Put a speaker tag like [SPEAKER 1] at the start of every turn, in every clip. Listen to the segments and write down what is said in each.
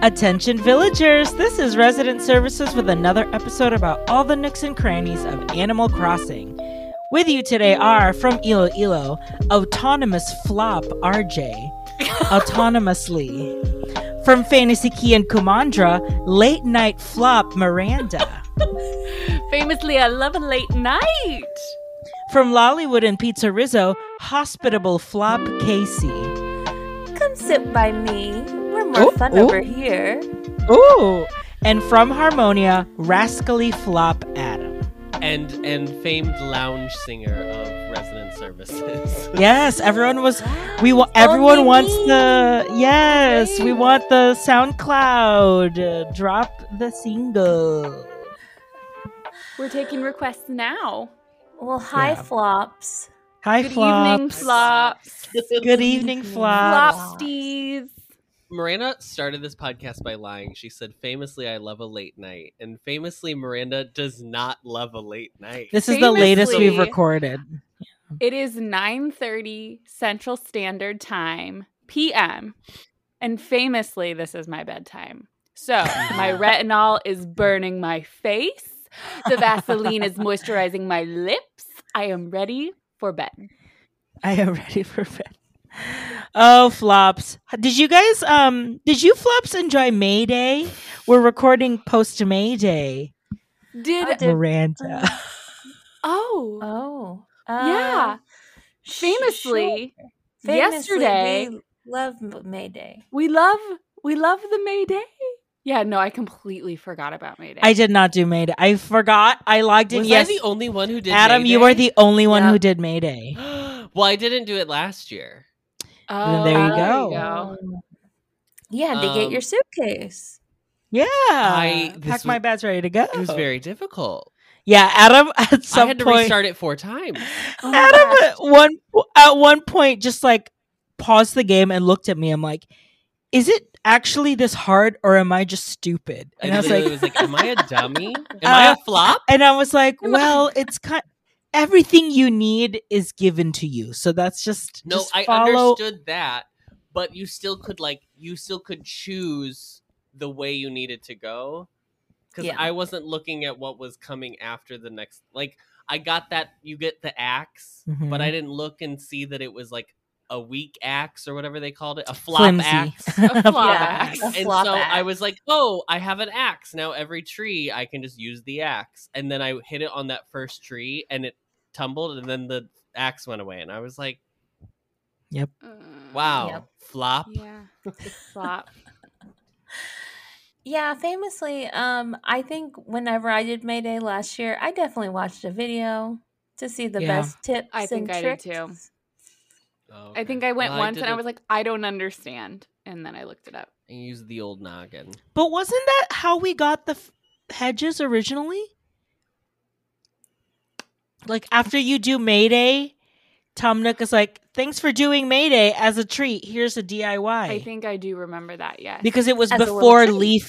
[SPEAKER 1] Attention villagers, this is Resident Services with another episode about all the nooks and crannies of Animal Crossing. With you today are from Iloilo, autonomous flop RJ, autonomously. From Fantasy Key and Kumandra, late night flop Miranda.
[SPEAKER 2] Famously, I love a late night.
[SPEAKER 1] From Lollywood and Pizza Rizzo, hospitable flop Casey.
[SPEAKER 3] Come sit by me. We're more
[SPEAKER 1] Ooh,
[SPEAKER 3] fun
[SPEAKER 1] ooh.
[SPEAKER 3] over here.
[SPEAKER 1] Ooh! And from Harmonia, rascally flop Adam.
[SPEAKER 4] and and famed lounge singer of resident services.
[SPEAKER 1] Yes, everyone was. We want. Everyone
[SPEAKER 3] Only
[SPEAKER 1] wants
[SPEAKER 3] Oh, me.
[SPEAKER 1] the. Yes, we
[SPEAKER 3] Great.
[SPEAKER 1] want the SoundCloud. Uh, drop the single.
[SPEAKER 2] We're taking requests now.
[SPEAKER 3] Well, hi,
[SPEAKER 1] Yeah.
[SPEAKER 3] flops.
[SPEAKER 1] Hi,
[SPEAKER 2] Good
[SPEAKER 1] flops.
[SPEAKER 2] evening, flops.
[SPEAKER 1] Good evening, flops.
[SPEAKER 2] Flopsties.
[SPEAKER 4] Miranda started this podcast by lying. She said famously I love a late night and famously Miranda does not love a late night.
[SPEAKER 1] This is the latest we've
[SPEAKER 2] Famously.
[SPEAKER 1] recorded.
[SPEAKER 2] It is 9:30 Central Standard Time PM. And famously, this is my bedtime. So, my retinol is burning my face. The Vaseline is moisturizing my lips. I am ready for bed.
[SPEAKER 1] I am ready for bed. Oh, flops. Did you guys um? Did you flops enjoy May Day? We're recording post May Day.
[SPEAKER 3] I
[SPEAKER 2] Did
[SPEAKER 3] did-
[SPEAKER 1] Miranda.
[SPEAKER 2] Oh,
[SPEAKER 3] Oh.
[SPEAKER 2] Yeah.
[SPEAKER 3] um, sh-
[SPEAKER 2] famously,
[SPEAKER 3] sure. Famously,
[SPEAKER 2] yesterday-
[SPEAKER 3] we love M- May Day.
[SPEAKER 2] we love we love the May Day. Yeah, no, I completely forgot about May Day.
[SPEAKER 1] I did not do May Day. I forgot. I logged in.
[SPEAKER 4] was
[SPEAKER 1] yes,
[SPEAKER 4] I the only one who did
[SPEAKER 1] Adam,
[SPEAKER 4] Mayday?
[SPEAKER 1] you are the only one
[SPEAKER 3] Yeah.
[SPEAKER 1] who did May Day.
[SPEAKER 4] Well, I didn't do it last year.
[SPEAKER 2] Oh,
[SPEAKER 1] there you go.
[SPEAKER 3] Um, Yeah, to get your
[SPEAKER 4] Um,
[SPEAKER 3] suitcase.
[SPEAKER 1] Yeah.
[SPEAKER 4] I- this
[SPEAKER 1] packed my
[SPEAKER 4] was-
[SPEAKER 1] bags ready to go.
[SPEAKER 4] It was very difficult.
[SPEAKER 1] Yeah, Adam at Oh. some
[SPEAKER 4] I had to
[SPEAKER 1] point
[SPEAKER 4] restart it four times.
[SPEAKER 2] Oh my
[SPEAKER 1] Adam
[SPEAKER 2] gosh.
[SPEAKER 1] at one at one point just like paused the game and looked at me. I'm like, is it actually this hard or am I just stupid? And I was
[SPEAKER 4] literally
[SPEAKER 1] like
[SPEAKER 4] was like, "Am I a dummy? Am I
[SPEAKER 1] Uh,
[SPEAKER 4] a flop?"
[SPEAKER 1] and I was like, well, it's kind everything you need is given to you. So that's just
[SPEAKER 4] No,
[SPEAKER 1] just
[SPEAKER 4] I
[SPEAKER 1] follow
[SPEAKER 4] understood that, but you still could like you still could choose the way you needed to go because
[SPEAKER 3] Yeah.
[SPEAKER 4] I wasn't looking at what was coming after the next. Like I got that you get the ax but I didn't look and see that it was like a weak axe or whatever they called it, a flop
[SPEAKER 1] Flimsy.
[SPEAKER 4] axe.
[SPEAKER 2] A flop
[SPEAKER 3] Yeah.
[SPEAKER 2] axe.
[SPEAKER 3] A
[SPEAKER 4] and
[SPEAKER 3] flop
[SPEAKER 4] so I
[SPEAKER 3] axe.
[SPEAKER 4] was like, "Oh, I have an axe now. Every tree, I can just use the axe." And then I hit it on that first tree, and it tumbled, and then the axe went away. And I was like, "Wow,
[SPEAKER 3] Yep.
[SPEAKER 4] flop!"
[SPEAKER 2] Uh, Yeah. Flop.
[SPEAKER 3] Yeah, famously, um, I think whenever I did May Day last year, I definitely watched a video to see the
[SPEAKER 1] Yeah.
[SPEAKER 3] best tips
[SPEAKER 2] I think
[SPEAKER 3] and
[SPEAKER 2] I did
[SPEAKER 3] tricks.
[SPEAKER 2] too.
[SPEAKER 4] Oh,
[SPEAKER 2] I
[SPEAKER 4] okay.
[SPEAKER 2] think I went
[SPEAKER 4] Well,
[SPEAKER 2] once and I
[SPEAKER 4] didn't-
[SPEAKER 2] was like, I don't understand. And then I looked it up.
[SPEAKER 4] I used the old noggin.
[SPEAKER 1] But wasn't that how we got the f- hedges originally? Like after you do Mayday, Tom Nook is like, "Thanks for doing Mayday as a treat. Here's a DIY."
[SPEAKER 2] I think I do remember that, yes.
[SPEAKER 1] because it was
[SPEAKER 3] As a little
[SPEAKER 1] before
[SPEAKER 3] treat.
[SPEAKER 1] Leaf,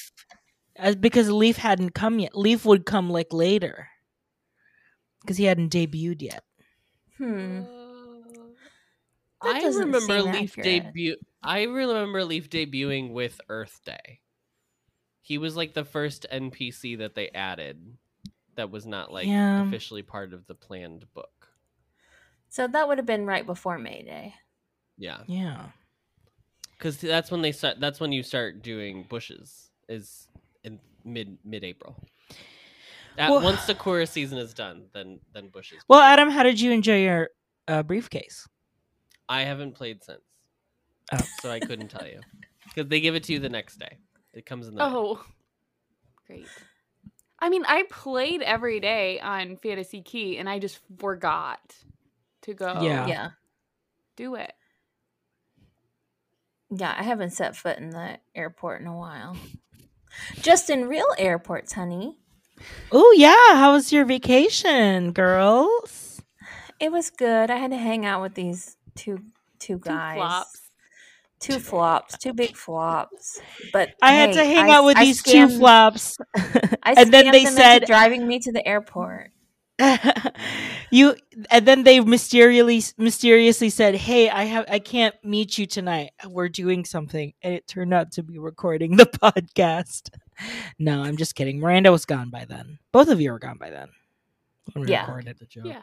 [SPEAKER 1] as because Leaf hadn't come yet. Leaf would come like later because he hadn't debuted yet.
[SPEAKER 3] Hmm. That
[SPEAKER 4] I
[SPEAKER 3] doesn't
[SPEAKER 4] remember
[SPEAKER 3] seem
[SPEAKER 4] Leaf
[SPEAKER 3] accurate.
[SPEAKER 4] debut. I remember Leaf debuting with Earth Day. He was like the first NPC that they added that was not like
[SPEAKER 1] Yeah.
[SPEAKER 4] officially part of the planned book.
[SPEAKER 3] So that would have been right before May Day.
[SPEAKER 4] Yeah,
[SPEAKER 1] Yeah,
[SPEAKER 4] because that's when they start. That's when you start doing bushes is in mid mid April. At
[SPEAKER 1] Well-
[SPEAKER 4] once the Sakura season is done, then then bushes.
[SPEAKER 1] Well,
[SPEAKER 4] begin.
[SPEAKER 1] Adam, how did you enjoy your uh, briefcase?
[SPEAKER 4] I haven't played since,
[SPEAKER 1] Oh.
[SPEAKER 4] so I couldn't tell you because they give it to you the next day. It comes in the mail.
[SPEAKER 2] Oh, great. I mean, I played every day on Fantasy Key and I just forgot to go
[SPEAKER 1] Yeah.
[SPEAKER 3] Yeah.
[SPEAKER 2] do it.
[SPEAKER 3] Yeah, I haven't set foot in the airport in a while. Just in real airports, honey.
[SPEAKER 1] Oh yeah, how was your vacation, girls?
[SPEAKER 3] It was good. I had to hang out with these two two
[SPEAKER 2] Two
[SPEAKER 3] guys.
[SPEAKER 2] flops.
[SPEAKER 3] Two flops, two big flops. But
[SPEAKER 1] I had to
[SPEAKER 3] hey,
[SPEAKER 1] hang
[SPEAKER 3] I-
[SPEAKER 1] out with
[SPEAKER 3] I
[SPEAKER 1] these two
[SPEAKER 3] scammed-
[SPEAKER 1] flops.
[SPEAKER 3] I
[SPEAKER 1] and then they
[SPEAKER 3] scammed them into
[SPEAKER 1] said-
[SPEAKER 3] driving me to the airport.
[SPEAKER 1] you and then they mysteriously mysteriously said, "Hey, I have I can't meet you tonight. We're doing something." And it turned out to be recording the podcast. No, I'm just kidding. Miranda was gone by then. Both of you were gone by then. when we
[SPEAKER 3] Yeah.
[SPEAKER 1] recorded.
[SPEAKER 4] the joke.
[SPEAKER 2] Yeah.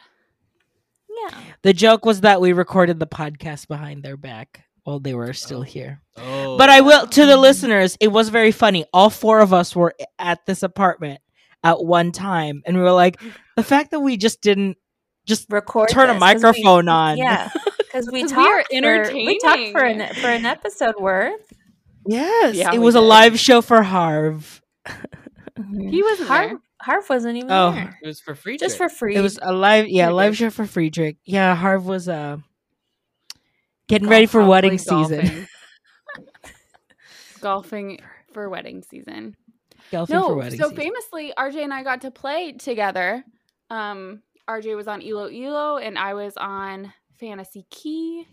[SPEAKER 3] Yeah.
[SPEAKER 1] The joke was that we recorded the podcast behind their back while they were still
[SPEAKER 4] Oh.
[SPEAKER 1] here.
[SPEAKER 4] Oh,
[SPEAKER 1] But I will to the listeners, it was very funny. All four of us were at this apartment at one time and we were like, the fact that we just didn't just
[SPEAKER 3] Record.
[SPEAKER 1] Turn a
[SPEAKER 3] this 'cause we-
[SPEAKER 1] microphone on.
[SPEAKER 3] Yeah. Because we
[SPEAKER 2] 'Cause
[SPEAKER 3] talked.
[SPEAKER 2] we are
[SPEAKER 3] for, we talked for
[SPEAKER 2] entertaining.
[SPEAKER 3] an for an episode worth.
[SPEAKER 1] Yes,
[SPEAKER 2] Yeah,
[SPEAKER 1] it
[SPEAKER 2] we
[SPEAKER 1] was a
[SPEAKER 2] did.
[SPEAKER 1] live show for Harv.
[SPEAKER 2] He wasn't
[SPEAKER 3] Harv,
[SPEAKER 2] there.
[SPEAKER 3] Harv wasn't even
[SPEAKER 1] Mm-hmm. Oh.
[SPEAKER 3] there.
[SPEAKER 4] It was for free.
[SPEAKER 3] Just for free.
[SPEAKER 1] It was a live yeah, live
[SPEAKER 4] Friedrich.
[SPEAKER 1] show for Friedrich. Yeah, Harv was uh getting ready for
[SPEAKER 2] Golf-
[SPEAKER 1] wedding
[SPEAKER 2] probably
[SPEAKER 1] season.
[SPEAKER 2] golfing. golfing for wedding season.
[SPEAKER 1] Golfing
[SPEAKER 2] No,
[SPEAKER 1] for wedding
[SPEAKER 2] so
[SPEAKER 1] season.
[SPEAKER 2] famously, RJ and I got to play together. Um, RJ was on Elo Elo, and I was on Fantasy Key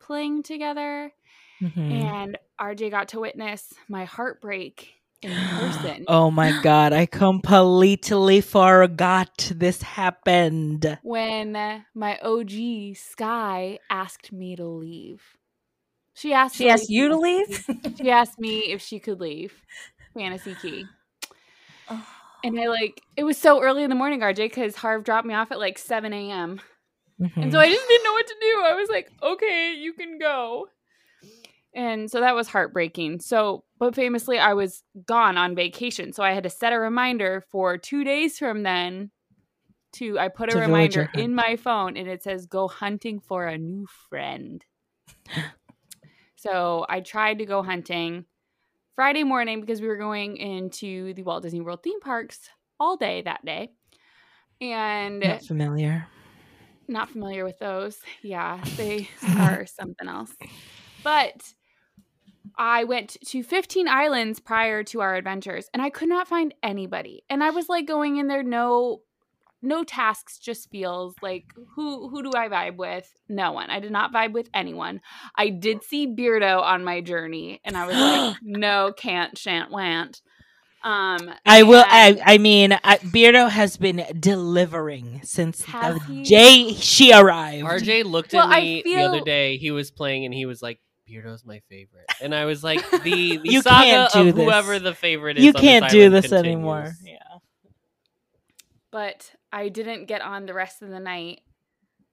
[SPEAKER 2] playing together.
[SPEAKER 1] Mhm.
[SPEAKER 2] And RJ got to witness my heartbreak in person.
[SPEAKER 1] Oh my god, I completely forgot this happened.
[SPEAKER 2] when uh, my OG Sky asked me to leave. She asked.
[SPEAKER 3] she
[SPEAKER 2] me
[SPEAKER 3] asked
[SPEAKER 2] if-
[SPEAKER 3] you to leave.
[SPEAKER 2] She asked me if she could leave Fantasy Key,
[SPEAKER 1] Oh.
[SPEAKER 2] and I like it was so early in the morning, RJ, because Harv dropped me off at like seven a.m. And
[SPEAKER 1] Mhm.
[SPEAKER 2] so I just didn't know what to do. I was like, okay, you can go. And so that was heartbreaking. So, but famously, I was gone on vacation. So I had to set a reminder for two days from then to, I put a
[SPEAKER 1] To villager
[SPEAKER 2] reminder in
[SPEAKER 1] hunt.
[SPEAKER 2] my phone and it says, go hunting for a new friend. so I tried to go hunting Friday morning because we were going into the Walt Disney World theme parks all day that day. And
[SPEAKER 1] Not familiar.
[SPEAKER 2] not familiar with those. Yeah, they are something else. But I went to 15 islands prior to our adventures and I could not find anybody. And I was like going in there no no tasks, just feels like who who do I vibe with? No one. I did not vibe with anyone. I did see Beardo on my journey and I was like no, can't, shan't, won't. Um
[SPEAKER 1] I will.
[SPEAKER 2] and-
[SPEAKER 1] I, I mean, I, Beardo has been delivering since
[SPEAKER 2] Has
[SPEAKER 1] the
[SPEAKER 2] he?
[SPEAKER 1] day she arrived.
[SPEAKER 4] RJ looked
[SPEAKER 2] Well, I
[SPEAKER 4] at me the other
[SPEAKER 2] feel-
[SPEAKER 4] day. He was playing and he was like, "Beardo's my favorite," and I was like, "The, the
[SPEAKER 1] You
[SPEAKER 4] saga
[SPEAKER 1] can't do
[SPEAKER 4] of
[SPEAKER 1] this.
[SPEAKER 4] whoever the favorite is."
[SPEAKER 1] you
[SPEAKER 4] on this
[SPEAKER 1] can't do
[SPEAKER 4] island
[SPEAKER 1] this
[SPEAKER 4] continues.
[SPEAKER 1] anymore. Yeah.
[SPEAKER 2] but I didn't get on the rest of the night,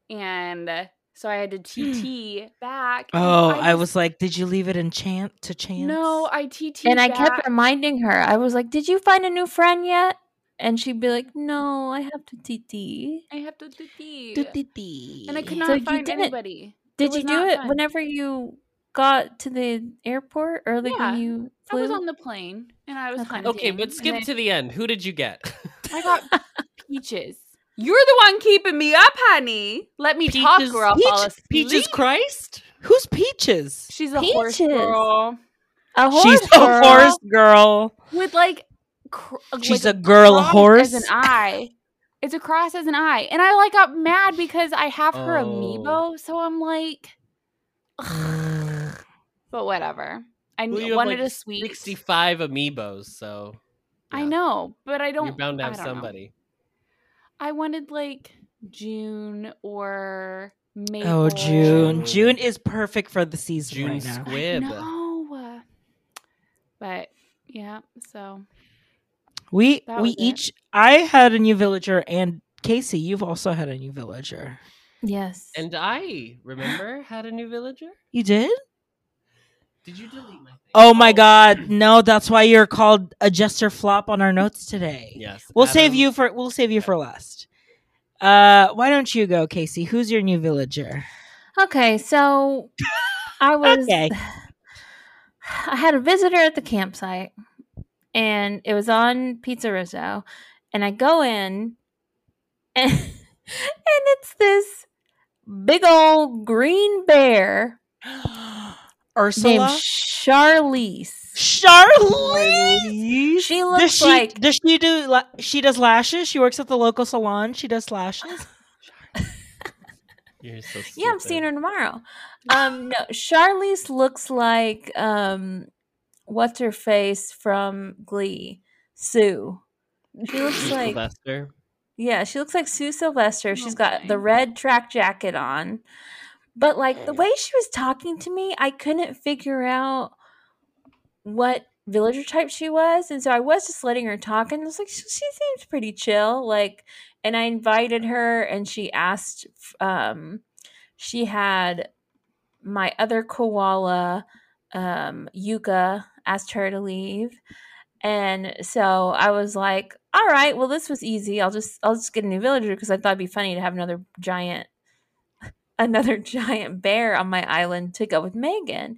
[SPEAKER 2] and uh, so I had to
[SPEAKER 4] Hmm.
[SPEAKER 2] TT back. and
[SPEAKER 1] Oh, I,
[SPEAKER 2] just-
[SPEAKER 1] was like, did you leave it in chance to chance?
[SPEAKER 2] no, I TT
[SPEAKER 3] and I
[SPEAKER 2] back.
[SPEAKER 3] kept reminding her. I was like, "Did you find a new friend yet?" And she'd be like, "No, I have to TT."
[SPEAKER 2] I have to TT,
[SPEAKER 1] Do-do-do.
[SPEAKER 2] and I could
[SPEAKER 3] So
[SPEAKER 2] not
[SPEAKER 3] you
[SPEAKER 2] find
[SPEAKER 3] didn't-
[SPEAKER 2] anybody.
[SPEAKER 3] Did
[SPEAKER 2] was
[SPEAKER 3] you do
[SPEAKER 2] not
[SPEAKER 3] it
[SPEAKER 2] fun.
[SPEAKER 3] whenever you got to the airport, or like
[SPEAKER 2] Yeah,
[SPEAKER 3] when you
[SPEAKER 2] I
[SPEAKER 3] flew?
[SPEAKER 2] was on the plane, and I was
[SPEAKER 3] Okay.
[SPEAKER 2] hunting.
[SPEAKER 4] Okay, but
[SPEAKER 2] and
[SPEAKER 4] skip
[SPEAKER 2] then
[SPEAKER 4] to the end. Who did you get?
[SPEAKER 2] I got peaches. You're the one keeping me up, honey. Let me talk,
[SPEAKER 4] Peaches-
[SPEAKER 2] or I'll fall
[SPEAKER 1] Peach-
[SPEAKER 2] asleep.
[SPEAKER 4] Peaches Christ.
[SPEAKER 1] Who's Peaches?
[SPEAKER 2] She's a horse
[SPEAKER 3] Peaches.
[SPEAKER 2] girl
[SPEAKER 3] a horse.
[SPEAKER 1] She's
[SPEAKER 3] girl.
[SPEAKER 1] a horse girl.
[SPEAKER 2] with like. Cr-
[SPEAKER 1] She's
[SPEAKER 2] like
[SPEAKER 1] a girl
[SPEAKER 2] cross
[SPEAKER 1] horse.
[SPEAKER 2] as an eye. It's a cross as an eye, and I like got mad because I have her
[SPEAKER 4] Oh.
[SPEAKER 2] amiibo, so I'm like,
[SPEAKER 1] Mm.
[SPEAKER 2] but whatever. I
[SPEAKER 4] Well,
[SPEAKER 2] kn-
[SPEAKER 4] you have,
[SPEAKER 2] wanted
[SPEAKER 4] like,
[SPEAKER 2] a sweet.
[SPEAKER 4] Sixty-five amiibos. So
[SPEAKER 2] I
[SPEAKER 4] yeah.
[SPEAKER 2] know, but I don't.
[SPEAKER 4] you're bound to
[SPEAKER 2] I
[SPEAKER 4] have
[SPEAKER 2] don't know.
[SPEAKER 4] somebody.
[SPEAKER 2] I wanted like June or May.
[SPEAKER 1] Oh, June.
[SPEAKER 4] Oh.
[SPEAKER 1] June is perfect for the season
[SPEAKER 4] June
[SPEAKER 1] right now.
[SPEAKER 4] Squibb.
[SPEAKER 2] No, but yeah. So
[SPEAKER 1] We
[SPEAKER 2] That
[SPEAKER 1] we
[SPEAKER 2] was it.
[SPEAKER 1] each. I had a new villager, and Casey, you've also had a new villager.
[SPEAKER 3] Yes.
[SPEAKER 4] And I remember had a new villager.
[SPEAKER 1] You did?
[SPEAKER 4] Did you delete my thing?
[SPEAKER 1] Oh my god, no! That's why you're called adjuster flop on our notes today.
[SPEAKER 4] Yes.
[SPEAKER 1] We'll
[SPEAKER 4] Adam-
[SPEAKER 1] save you for we'll save you for last. Uh, why don't you go, Casey? Who's your new villager?
[SPEAKER 3] okay, so I was.
[SPEAKER 1] Okay.
[SPEAKER 3] I had a visitor at the campsite, and it was on Pizza Rizzo, and I go in, and, and it's this big old green bear
[SPEAKER 1] Ursula,
[SPEAKER 3] named Charlize.
[SPEAKER 1] Charlize.
[SPEAKER 3] She
[SPEAKER 1] Does
[SPEAKER 3] looks
[SPEAKER 1] she
[SPEAKER 3] like
[SPEAKER 1] does she do la- she does lashes? She works at the local salon. She does lashes.
[SPEAKER 4] You're so
[SPEAKER 3] yeah, I'm
[SPEAKER 4] stupid.
[SPEAKER 3] seeing her tomorrow. Um, no, Charlize looks like um, what's her face from Glee, Sue. She looks like
[SPEAKER 4] Sylvester.
[SPEAKER 3] Yeah, she looks like Sue Sylvester. She's got
[SPEAKER 2] Okay.
[SPEAKER 3] the red track jacket on. But like the way she was talking to me, I couldn't figure out what villager type she was. And so I was just letting her talk and I was like, she, she seems pretty chill. Like, and I invited her and she asked, f- um, she had my other koala, um, Yuka, asked her to leave. And so I was like, all right, well this was easy. I'll just I'll just get a new villager because I thought it'd be funny to have another giant another giant bear on my island to go with Megan.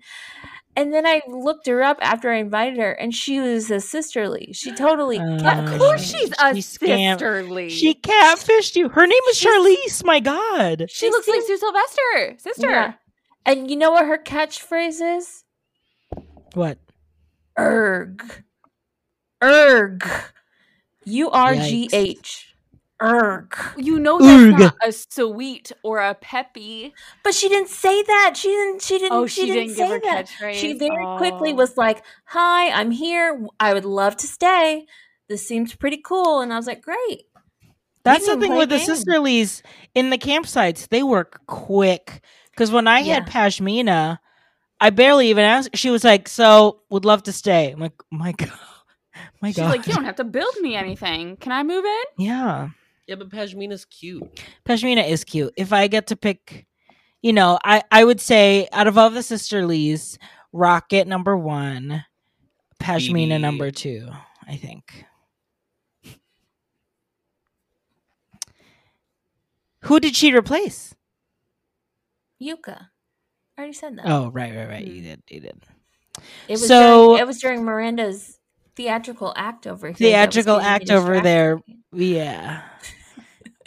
[SPEAKER 3] And then I looked her up after I invited her and she was a sisterly. She totally
[SPEAKER 1] Uh,
[SPEAKER 2] Of course,
[SPEAKER 1] she-
[SPEAKER 2] she's a
[SPEAKER 1] she scam-
[SPEAKER 2] sisterly.
[SPEAKER 1] She catfished you. Her name is
[SPEAKER 3] She's-
[SPEAKER 1] Charlize. My God.
[SPEAKER 2] she looks like Sue Sylvester, sister.
[SPEAKER 3] Yeah. And you know what her catchphrase is?
[SPEAKER 1] What?
[SPEAKER 3] Erg. Erg. U R G H. Erg.
[SPEAKER 2] You know that's
[SPEAKER 1] Oog.
[SPEAKER 2] not a sweet or a peppy.
[SPEAKER 3] But she didn't say that. She didn't. She didn't.
[SPEAKER 2] Oh, she, didn't, give
[SPEAKER 3] say
[SPEAKER 2] her
[SPEAKER 3] that.
[SPEAKER 2] catchphrase.
[SPEAKER 3] She very
[SPEAKER 2] oh.
[SPEAKER 3] quickly was like, "Hi, I'm here. I would love to stay. This seems pretty cool." And I was like, "Great."
[SPEAKER 1] That's the
[SPEAKER 3] can
[SPEAKER 1] thing
[SPEAKER 3] play
[SPEAKER 1] with the
[SPEAKER 3] games.
[SPEAKER 1] sisterlies in the campsites. They work quick. Because when I had
[SPEAKER 3] Yeah.
[SPEAKER 1] Pashmina, I barely even asked. She was like, "So would love to stay." I'm like, "Oh "My God, my
[SPEAKER 2] She's
[SPEAKER 1] God."
[SPEAKER 2] like, you don't have to build me anything. Can I move in?
[SPEAKER 1] yeah,
[SPEAKER 4] Yeah, but Pashmina's cute.
[SPEAKER 1] Pashmina is cute. If I get to pick, you know, I I would say out of all the sisterlies, Rocket number one, Pashmina
[SPEAKER 4] Phoebe.
[SPEAKER 1] number two. I think. Who did she replace?
[SPEAKER 3] Yuka, I already said that.
[SPEAKER 1] Oh, right, right, right.
[SPEAKER 2] Mm.
[SPEAKER 1] You did. You did.
[SPEAKER 3] it was
[SPEAKER 1] so-
[SPEAKER 3] during, it was during Miranda's theatrical act over here. that was
[SPEAKER 1] Theatrical
[SPEAKER 3] getting me
[SPEAKER 1] act over there.
[SPEAKER 3] distracted.
[SPEAKER 1] Yeah.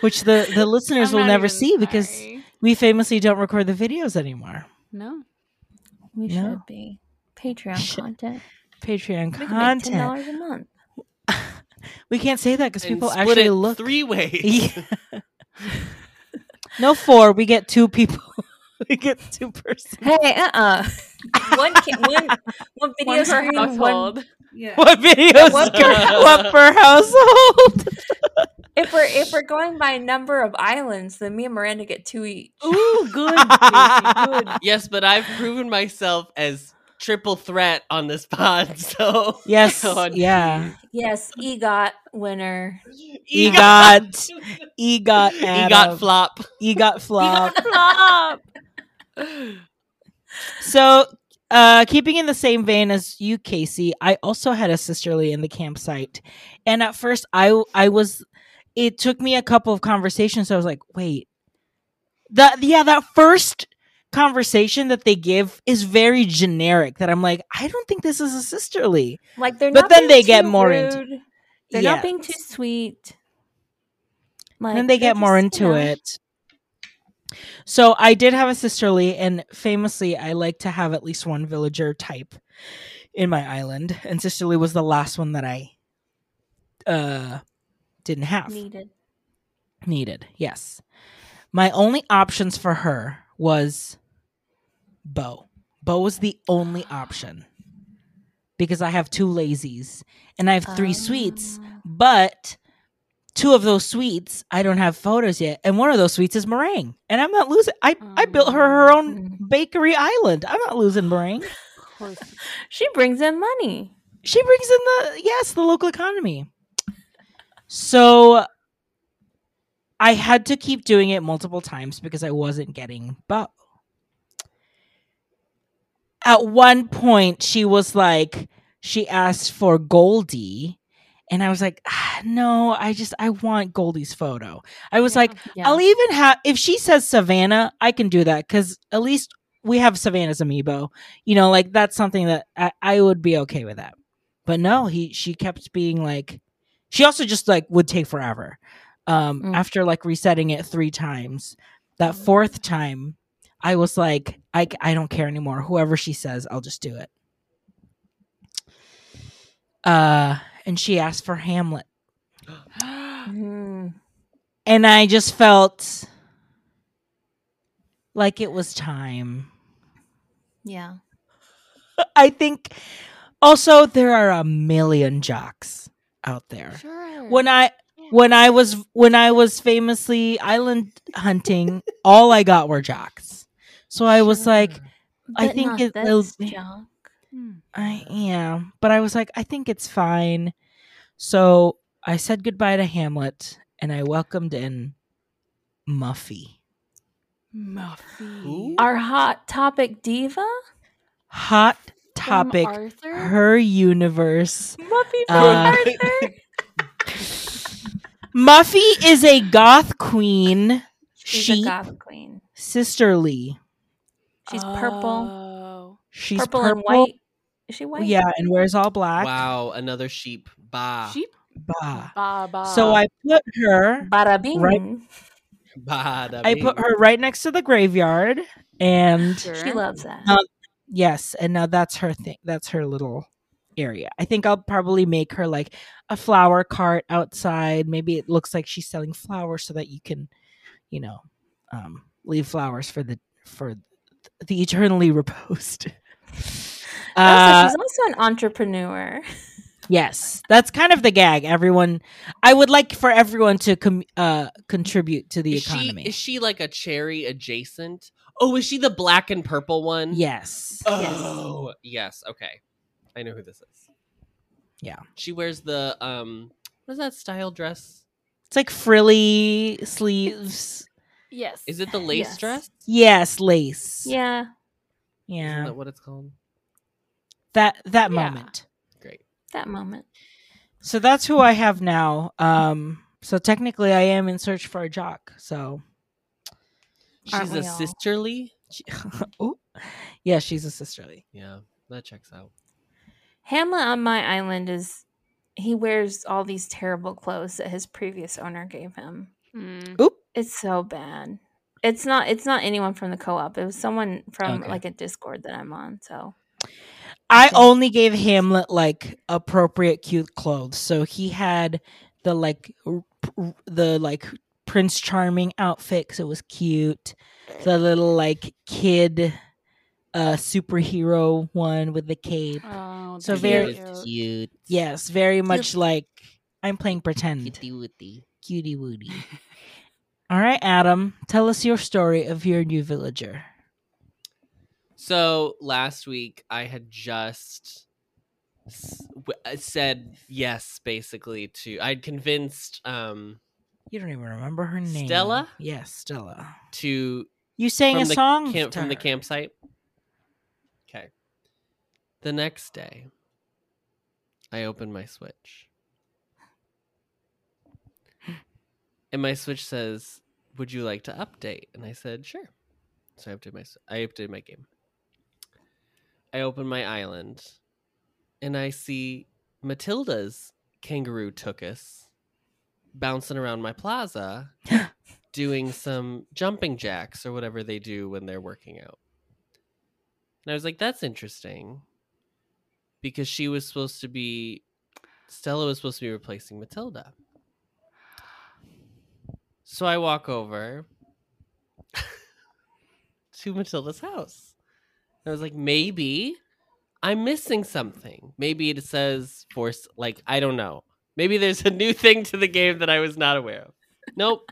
[SPEAKER 1] Which the, the listeners
[SPEAKER 2] I'm
[SPEAKER 1] will
[SPEAKER 2] not
[SPEAKER 1] never
[SPEAKER 2] even
[SPEAKER 1] see because
[SPEAKER 2] sorry.
[SPEAKER 1] we famously don't record the videos anymore.
[SPEAKER 2] no.
[SPEAKER 3] We
[SPEAKER 1] No.
[SPEAKER 3] should be Patreon
[SPEAKER 1] Shit.
[SPEAKER 3] content.
[SPEAKER 1] Patreon
[SPEAKER 3] We can make ten
[SPEAKER 1] content.
[SPEAKER 3] dollars a month.
[SPEAKER 1] We can't say that because
[SPEAKER 4] And
[SPEAKER 1] people
[SPEAKER 4] split
[SPEAKER 1] actually
[SPEAKER 4] it
[SPEAKER 1] look.
[SPEAKER 4] three ways.
[SPEAKER 1] Yeah. no four. We get two people. we get two person.
[SPEAKER 3] Hey, uh, uh one, ca- one, one video
[SPEAKER 2] One per
[SPEAKER 3] screen,
[SPEAKER 2] household.
[SPEAKER 3] yeah.
[SPEAKER 1] What videos?
[SPEAKER 3] What
[SPEAKER 1] per,
[SPEAKER 4] per-
[SPEAKER 1] what per household?
[SPEAKER 3] If we're if we're going by number of islands, then me and Miranda get two e, each.
[SPEAKER 2] Ooh, good, Casey, good.
[SPEAKER 4] yes, but I've proven myself as triple threat on this pod. So
[SPEAKER 1] Yes.
[SPEAKER 4] Oh,
[SPEAKER 1] yeah.
[SPEAKER 3] Yes, EGOT winner.
[SPEAKER 1] EGOT. EGOT.
[SPEAKER 4] Egot
[SPEAKER 1] uh, Adam.
[SPEAKER 4] flop.
[SPEAKER 1] EGOT flop.
[SPEAKER 2] Flop.
[SPEAKER 1] So, uh, keeping in the same vein as you, Casey, I also had a sisterly in the campsite, and at first, I I was. It took me a couple of conversations. So I was like, wait, that yeah, that first conversation that they give is very generic. That I'm like, I don't think this is a sisterly.
[SPEAKER 3] Like they're
[SPEAKER 1] But
[SPEAKER 3] not
[SPEAKER 1] then
[SPEAKER 3] being
[SPEAKER 1] they get
[SPEAKER 3] too
[SPEAKER 1] more into-
[SPEAKER 3] rude. They're not being too sweet. Like,
[SPEAKER 1] And then they
[SPEAKER 3] they're
[SPEAKER 1] get more
[SPEAKER 3] just,
[SPEAKER 1] into
[SPEAKER 3] you know,
[SPEAKER 1] it. So I did have a sisterly, and famously, I like to have at least one villager type in my island, and sisterly was the last one that I uh didn't have
[SPEAKER 3] Needed.
[SPEAKER 1] needed. Yes, my only options for her was Bo. Bo was the only option because I have two lazies and I have three sweets
[SPEAKER 3] Oh.
[SPEAKER 1] but two of those sweets I don't have photos yet, and one of those sweets is meringue, and I'm not losing. I I built her her own
[SPEAKER 3] Mm.
[SPEAKER 1] bakery island. I'm not losing meringue.
[SPEAKER 3] She brings in money.
[SPEAKER 1] She brings in the yes, the local economy. So I had to keep doing it multiple times because I wasn't getting Bo. At one point, she was like, she asked for Goldie. And I was like, ah, no, I just, I want Goldie's photo. I was like,
[SPEAKER 3] Yeah.
[SPEAKER 1] I'll even have, if she says Savannah, I can do that because at least we have Savannah's amiibo. You know, like that's something that I, I would be okay with that. But no, he, she kept being like, she also just like would take forever. Um,
[SPEAKER 3] Mm.
[SPEAKER 1] after like resetting it three times, that fourth time, I was like, I, I don't care anymore. Whoever she says, I'll just do it. Uh, and she asked for Hamlet.
[SPEAKER 3] Mm.
[SPEAKER 1] And I just felt like it was time.
[SPEAKER 3] Yeah.
[SPEAKER 1] I think also there are a million jocks out there.
[SPEAKER 2] Sure, I
[SPEAKER 1] when I
[SPEAKER 2] Yeah.
[SPEAKER 1] when I was when I was famously island hunting, all I got were jocks. So I was like, I
[SPEAKER 3] But
[SPEAKER 1] think
[SPEAKER 3] not
[SPEAKER 1] it-
[SPEAKER 3] this
[SPEAKER 1] it'll-
[SPEAKER 3] junk.
[SPEAKER 2] Hmm.
[SPEAKER 1] I am, but I was like, I think it's fine. So I said goodbye to Hamlet, and I welcomed in Muffy,
[SPEAKER 2] Muffy.
[SPEAKER 4] Who?
[SPEAKER 3] Our hot topic diva.
[SPEAKER 1] hot
[SPEAKER 2] From
[SPEAKER 1] topic,
[SPEAKER 2] Arthur?
[SPEAKER 1] her universe.
[SPEAKER 3] Muffy
[SPEAKER 1] from Uh,
[SPEAKER 3] Arthur.
[SPEAKER 1] Muffy is a goth queen,
[SPEAKER 3] She's
[SPEAKER 1] She-
[SPEAKER 3] a goth queen.
[SPEAKER 1] sisterly.
[SPEAKER 3] She's purple.
[SPEAKER 2] Oh.
[SPEAKER 1] She's
[SPEAKER 3] purple,
[SPEAKER 1] purple,
[SPEAKER 3] and white. Is she white?
[SPEAKER 1] Yeah, and wears all black.
[SPEAKER 4] Wow, another sheep. Bah.
[SPEAKER 2] Sheep
[SPEAKER 1] Bah.
[SPEAKER 2] ba ba.
[SPEAKER 1] So I put her
[SPEAKER 3] Bada bing.
[SPEAKER 4] Bah. da
[SPEAKER 1] I
[SPEAKER 4] bing.
[SPEAKER 1] put her right next to the graveyard and
[SPEAKER 2] Sure.
[SPEAKER 3] She loves that.
[SPEAKER 1] Uh, yes, and now that's her thing. That's her little area. I think I'll probably make her like a flower cart outside. Maybe it looks like she's selling flowers so that you can, you know, um leave flowers for the for the eternally reposed.
[SPEAKER 4] Oh,
[SPEAKER 3] also,
[SPEAKER 1] Uh,
[SPEAKER 3] she's also an entrepreneur.
[SPEAKER 1] yes, that's kind of the gag. Everyone, I would like for everyone to com- uh, contribute to the
[SPEAKER 4] Is she,
[SPEAKER 1] economy.
[SPEAKER 4] is she like a cherry adjacent? Oh, is she the black and purple one?
[SPEAKER 1] yes,
[SPEAKER 4] Oh, yes. Okay. I know who this is.
[SPEAKER 1] Yeah.
[SPEAKER 4] She wears the um what is that style dress?
[SPEAKER 1] it's like frilly sleeves.
[SPEAKER 2] Yes.
[SPEAKER 4] Is it the lace
[SPEAKER 3] Yes.
[SPEAKER 4] dress?
[SPEAKER 1] Yes, lace.
[SPEAKER 3] Yeah.
[SPEAKER 4] Isn't
[SPEAKER 1] Yeah.
[SPEAKER 4] that what it's called?
[SPEAKER 1] That that
[SPEAKER 2] Yeah.
[SPEAKER 1] moment.
[SPEAKER 4] Great.
[SPEAKER 3] That moment.
[SPEAKER 1] So that's who I have now. Um so technically I am in search for a jock. So
[SPEAKER 3] Aren't
[SPEAKER 4] She's
[SPEAKER 3] we
[SPEAKER 4] a
[SPEAKER 3] all?
[SPEAKER 4] sisterly?
[SPEAKER 1] Ooh. Yeah, she's a sisterly.
[SPEAKER 4] Yeah, that checks out.
[SPEAKER 3] Hamlet on my island is he wears all these terrible clothes that his previous owner gave him.
[SPEAKER 2] Mm.
[SPEAKER 1] Oop.
[SPEAKER 3] It's so bad. It's not it's not anyone from the co-op. It was someone from
[SPEAKER 4] Okay.
[SPEAKER 3] like a Discord that I'm on, so
[SPEAKER 1] I
[SPEAKER 3] Okay.
[SPEAKER 1] only gave Hamlet like appropriate cute clothes. So he had the like r- r- the like Prince Charming outfit 'cause it was cute. The little like kid uh superhero one with the cape.
[SPEAKER 2] Oh,
[SPEAKER 1] So
[SPEAKER 2] that's
[SPEAKER 1] very-
[SPEAKER 2] cute.
[SPEAKER 4] cute.
[SPEAKER 1] Yes, very much like I'm playing pretend.
[SPEAKER 4] Kitty witty.
[SPEAKER 1] Cutie Woody. All right, Adam, tell us your story of your new villager.
[SPEAKER 4] So last week I had just s- w- I said yes basically to I'd convinced um
[SPEAKER 1] You don't even remember her name.
[SPEAKER 4] Stella?
[SPEAKER 1] Yes, Stella.
[SPEAKER 4] to
[SPEAKER 1] You sang
[SPEAKER 4] from
[SPEAKER 1] a
[SPEAKER 4] the
[SPEAKER 1] song
[SPEAKER 4] camp,
[SPEAKER 1] to
[SPEAKER 4] from the
[SPEAKER 1] her.
[SPEAKER 4] campsite. Okay. The next day, I open my Switch, and my Switch says, "Would you like to update?" And I said, "Sure." So I updated my s- I updated my game. I open my island, and I see Matilda's kangaroo tookus bouncing around my plaza doing some jumping jacks or whatever they do when they're working out. And I was like, that's interesting. Because she was supposed to be, Stella was supposed to be replacing Matilda. So I walk over to Matilda's house. And I was like, maybe I'm missing something. Maybe it says force, like, I don't know. Maybe there's a new thing to the game that I was not aware of. Nope.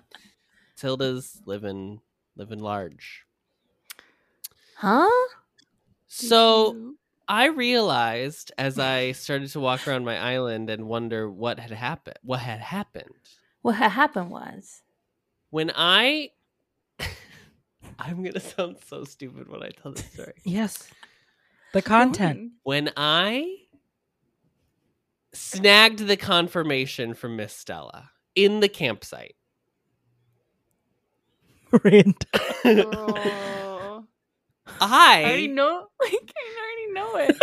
[SPEAKER 4] Tilda's living living large.
[SPEAKER 3] Huh?
[SPEAKER 4] So
[SPEAKER 2] Cute.
[SPEAKER 4] I realized as I started to walk around my island and wonder what had happened. What had happened
[SPEAKER 3] What had happened was
[SPEAKER 4] when I? I'm gonna sound so stupid when I tell this story.
[SPEAKER 1] Yes. The content.
[SPEAKER 4] When I snagged the confirmation from Miss Stella in the campsite.
[SPEAKER 1] Rand-
[SPEAKER 2] Oh. I already
[SPEAKER 4] I
[SPEAKER 2] know. Like I already know it.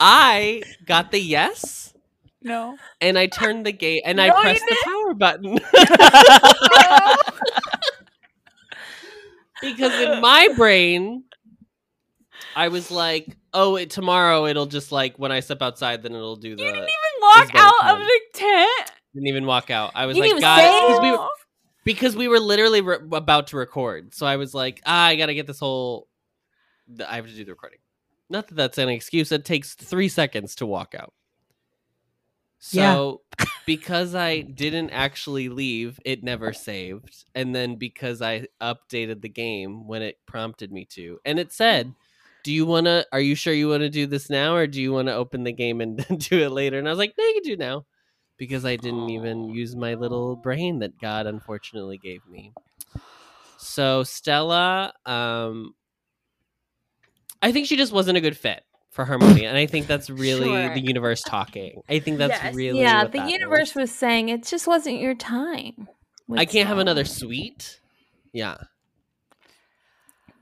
[SPEAKER 4] I got the yes
[SPEAKER 2] No.
[SPEAKER 4] and I turned the gate and I
[SPEAKER 2] No, you
[SPEAKER 4] pressed the power button. because in my brain, I was like, oh, it, tomorrow it'll just like when I step outside, then it'll do the.
[SPEAKER 2] You didn't
[SPEAKER 4] Didn't
[SPEAKER 2] even walk
[SPEAKER 4] It's very
[SPEAKER 2] out of
[SPEAKER 4] fun.
[SPEAKER 2] the tent.
[SPEAKER 4] even walk out. I was
[SPEAKER 3] You
[SPEAKER 4] like,
[SPEAKER 3] didn't even
[SPEAKER 4] God,
[SPEAKER 3] say
[SPEAKER 4] because we,
[SPEAKER 2] Oh.
[SPEAKER 4] were- because we were literally re- about to record. So I was like, ah, I got to get this whole. th- I have to do the recording. Not that that's an excuse. It takes three seconds to walk out.
[SPEAKER 1] Yeah.
[SPEAKER 4] So because I didn't actually leave, it never saved. And then because I updated the game when it prompted me to, and it said, "Do you want to? Are you sure you want to do this now, or do you want to open the game and do it later?" And I was like, "No, you can do it now," because I didn't even use my little brain that God unfortunately gave me. So Stella, um, I think she just wasn't a good fit for Harmonia, and I think that's really
[SPEAKER 2] Sure.
[SPEAKER 4] the universe talking. I think that's
[SPEAKER 2] Yes.
[SPEAKER 4] really
[SPEAKER 3] yeah,
[SPEAKER 4] what
[SPEAKER 3] the
[SPEAKER 4] that
[SPEAKER 3] universe
[SPEAKER 4] was.
[SPEAKER 3] was saying it just wasn't your time. with
[SPEAKER 4] I can't have
[SPEAKER 3] Stella.
[SPEAKER 4] another suite. Yeah,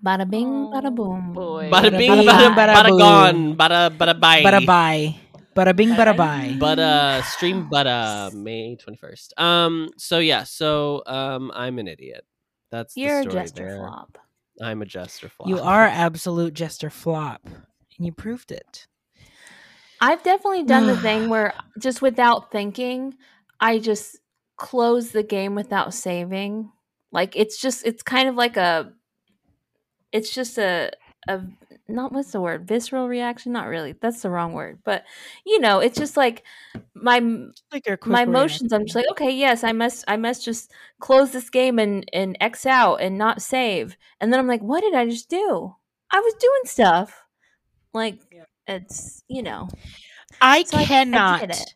[SPEAKER 3] Bada bing, bada
[SPEAKER 2] Oh,
[SPEAKER 3] boom.
[SPEAKER 2] boy.
[SPEAKER 4] bada
[SPEAKER 1] Bada
[SPEAKER 4] bing,
[SPEAKER 1] bada
[SPEAKER 4] bada,
[SPEAKER 1] bing, bada
[SPEAKER 4] bada
[SPEAKER 1] boo.
[SPEAKER 4] gone, bada bada bye,
[SPEAKER 1] Bada bye. Bada bing, bada bye.
[SPEAKER 4] Bada stream bada May twenty first. Um, so yeah, so um, I'm an idiot. That's
[SPEAKER 3] You're
[SPEAKER 4] the
[SPEAKER 3] a
[SPEAKER 4] story
[SPEAKER 3] jester
[SPEAKER 4] there.
[SPEAKER 3] flop.
[SPEAKER 4] I'm a jester flop.
[SPEAKER 1] You are absolute jester flop, and you proved it.
[SPEAKER 3] I've definitely done the thing where just without thinking, I just close the game without saving. Like it's just it's kind of like a it's just a a not what's the word? Visceral reaction? Not really. That's the wrong word. But you know, it's just like my
[SPEAKER 1] Like your quick
[SPEAKER 3] my
[SPEAKER 1] reaction.
[SPEAKER 3] emotions i'm just like okay yes i must i must just close this game and and x out and not save and then i'm like what did i just do i was doing stuff like
[SPEAKER 1] Yeah.
[SPEAKER 3] it's you know
[SPEAKER 1] I
[SPEAKER 3] So I- I did
[SPEAKER 1] cannot
[SPEAKER 3] it.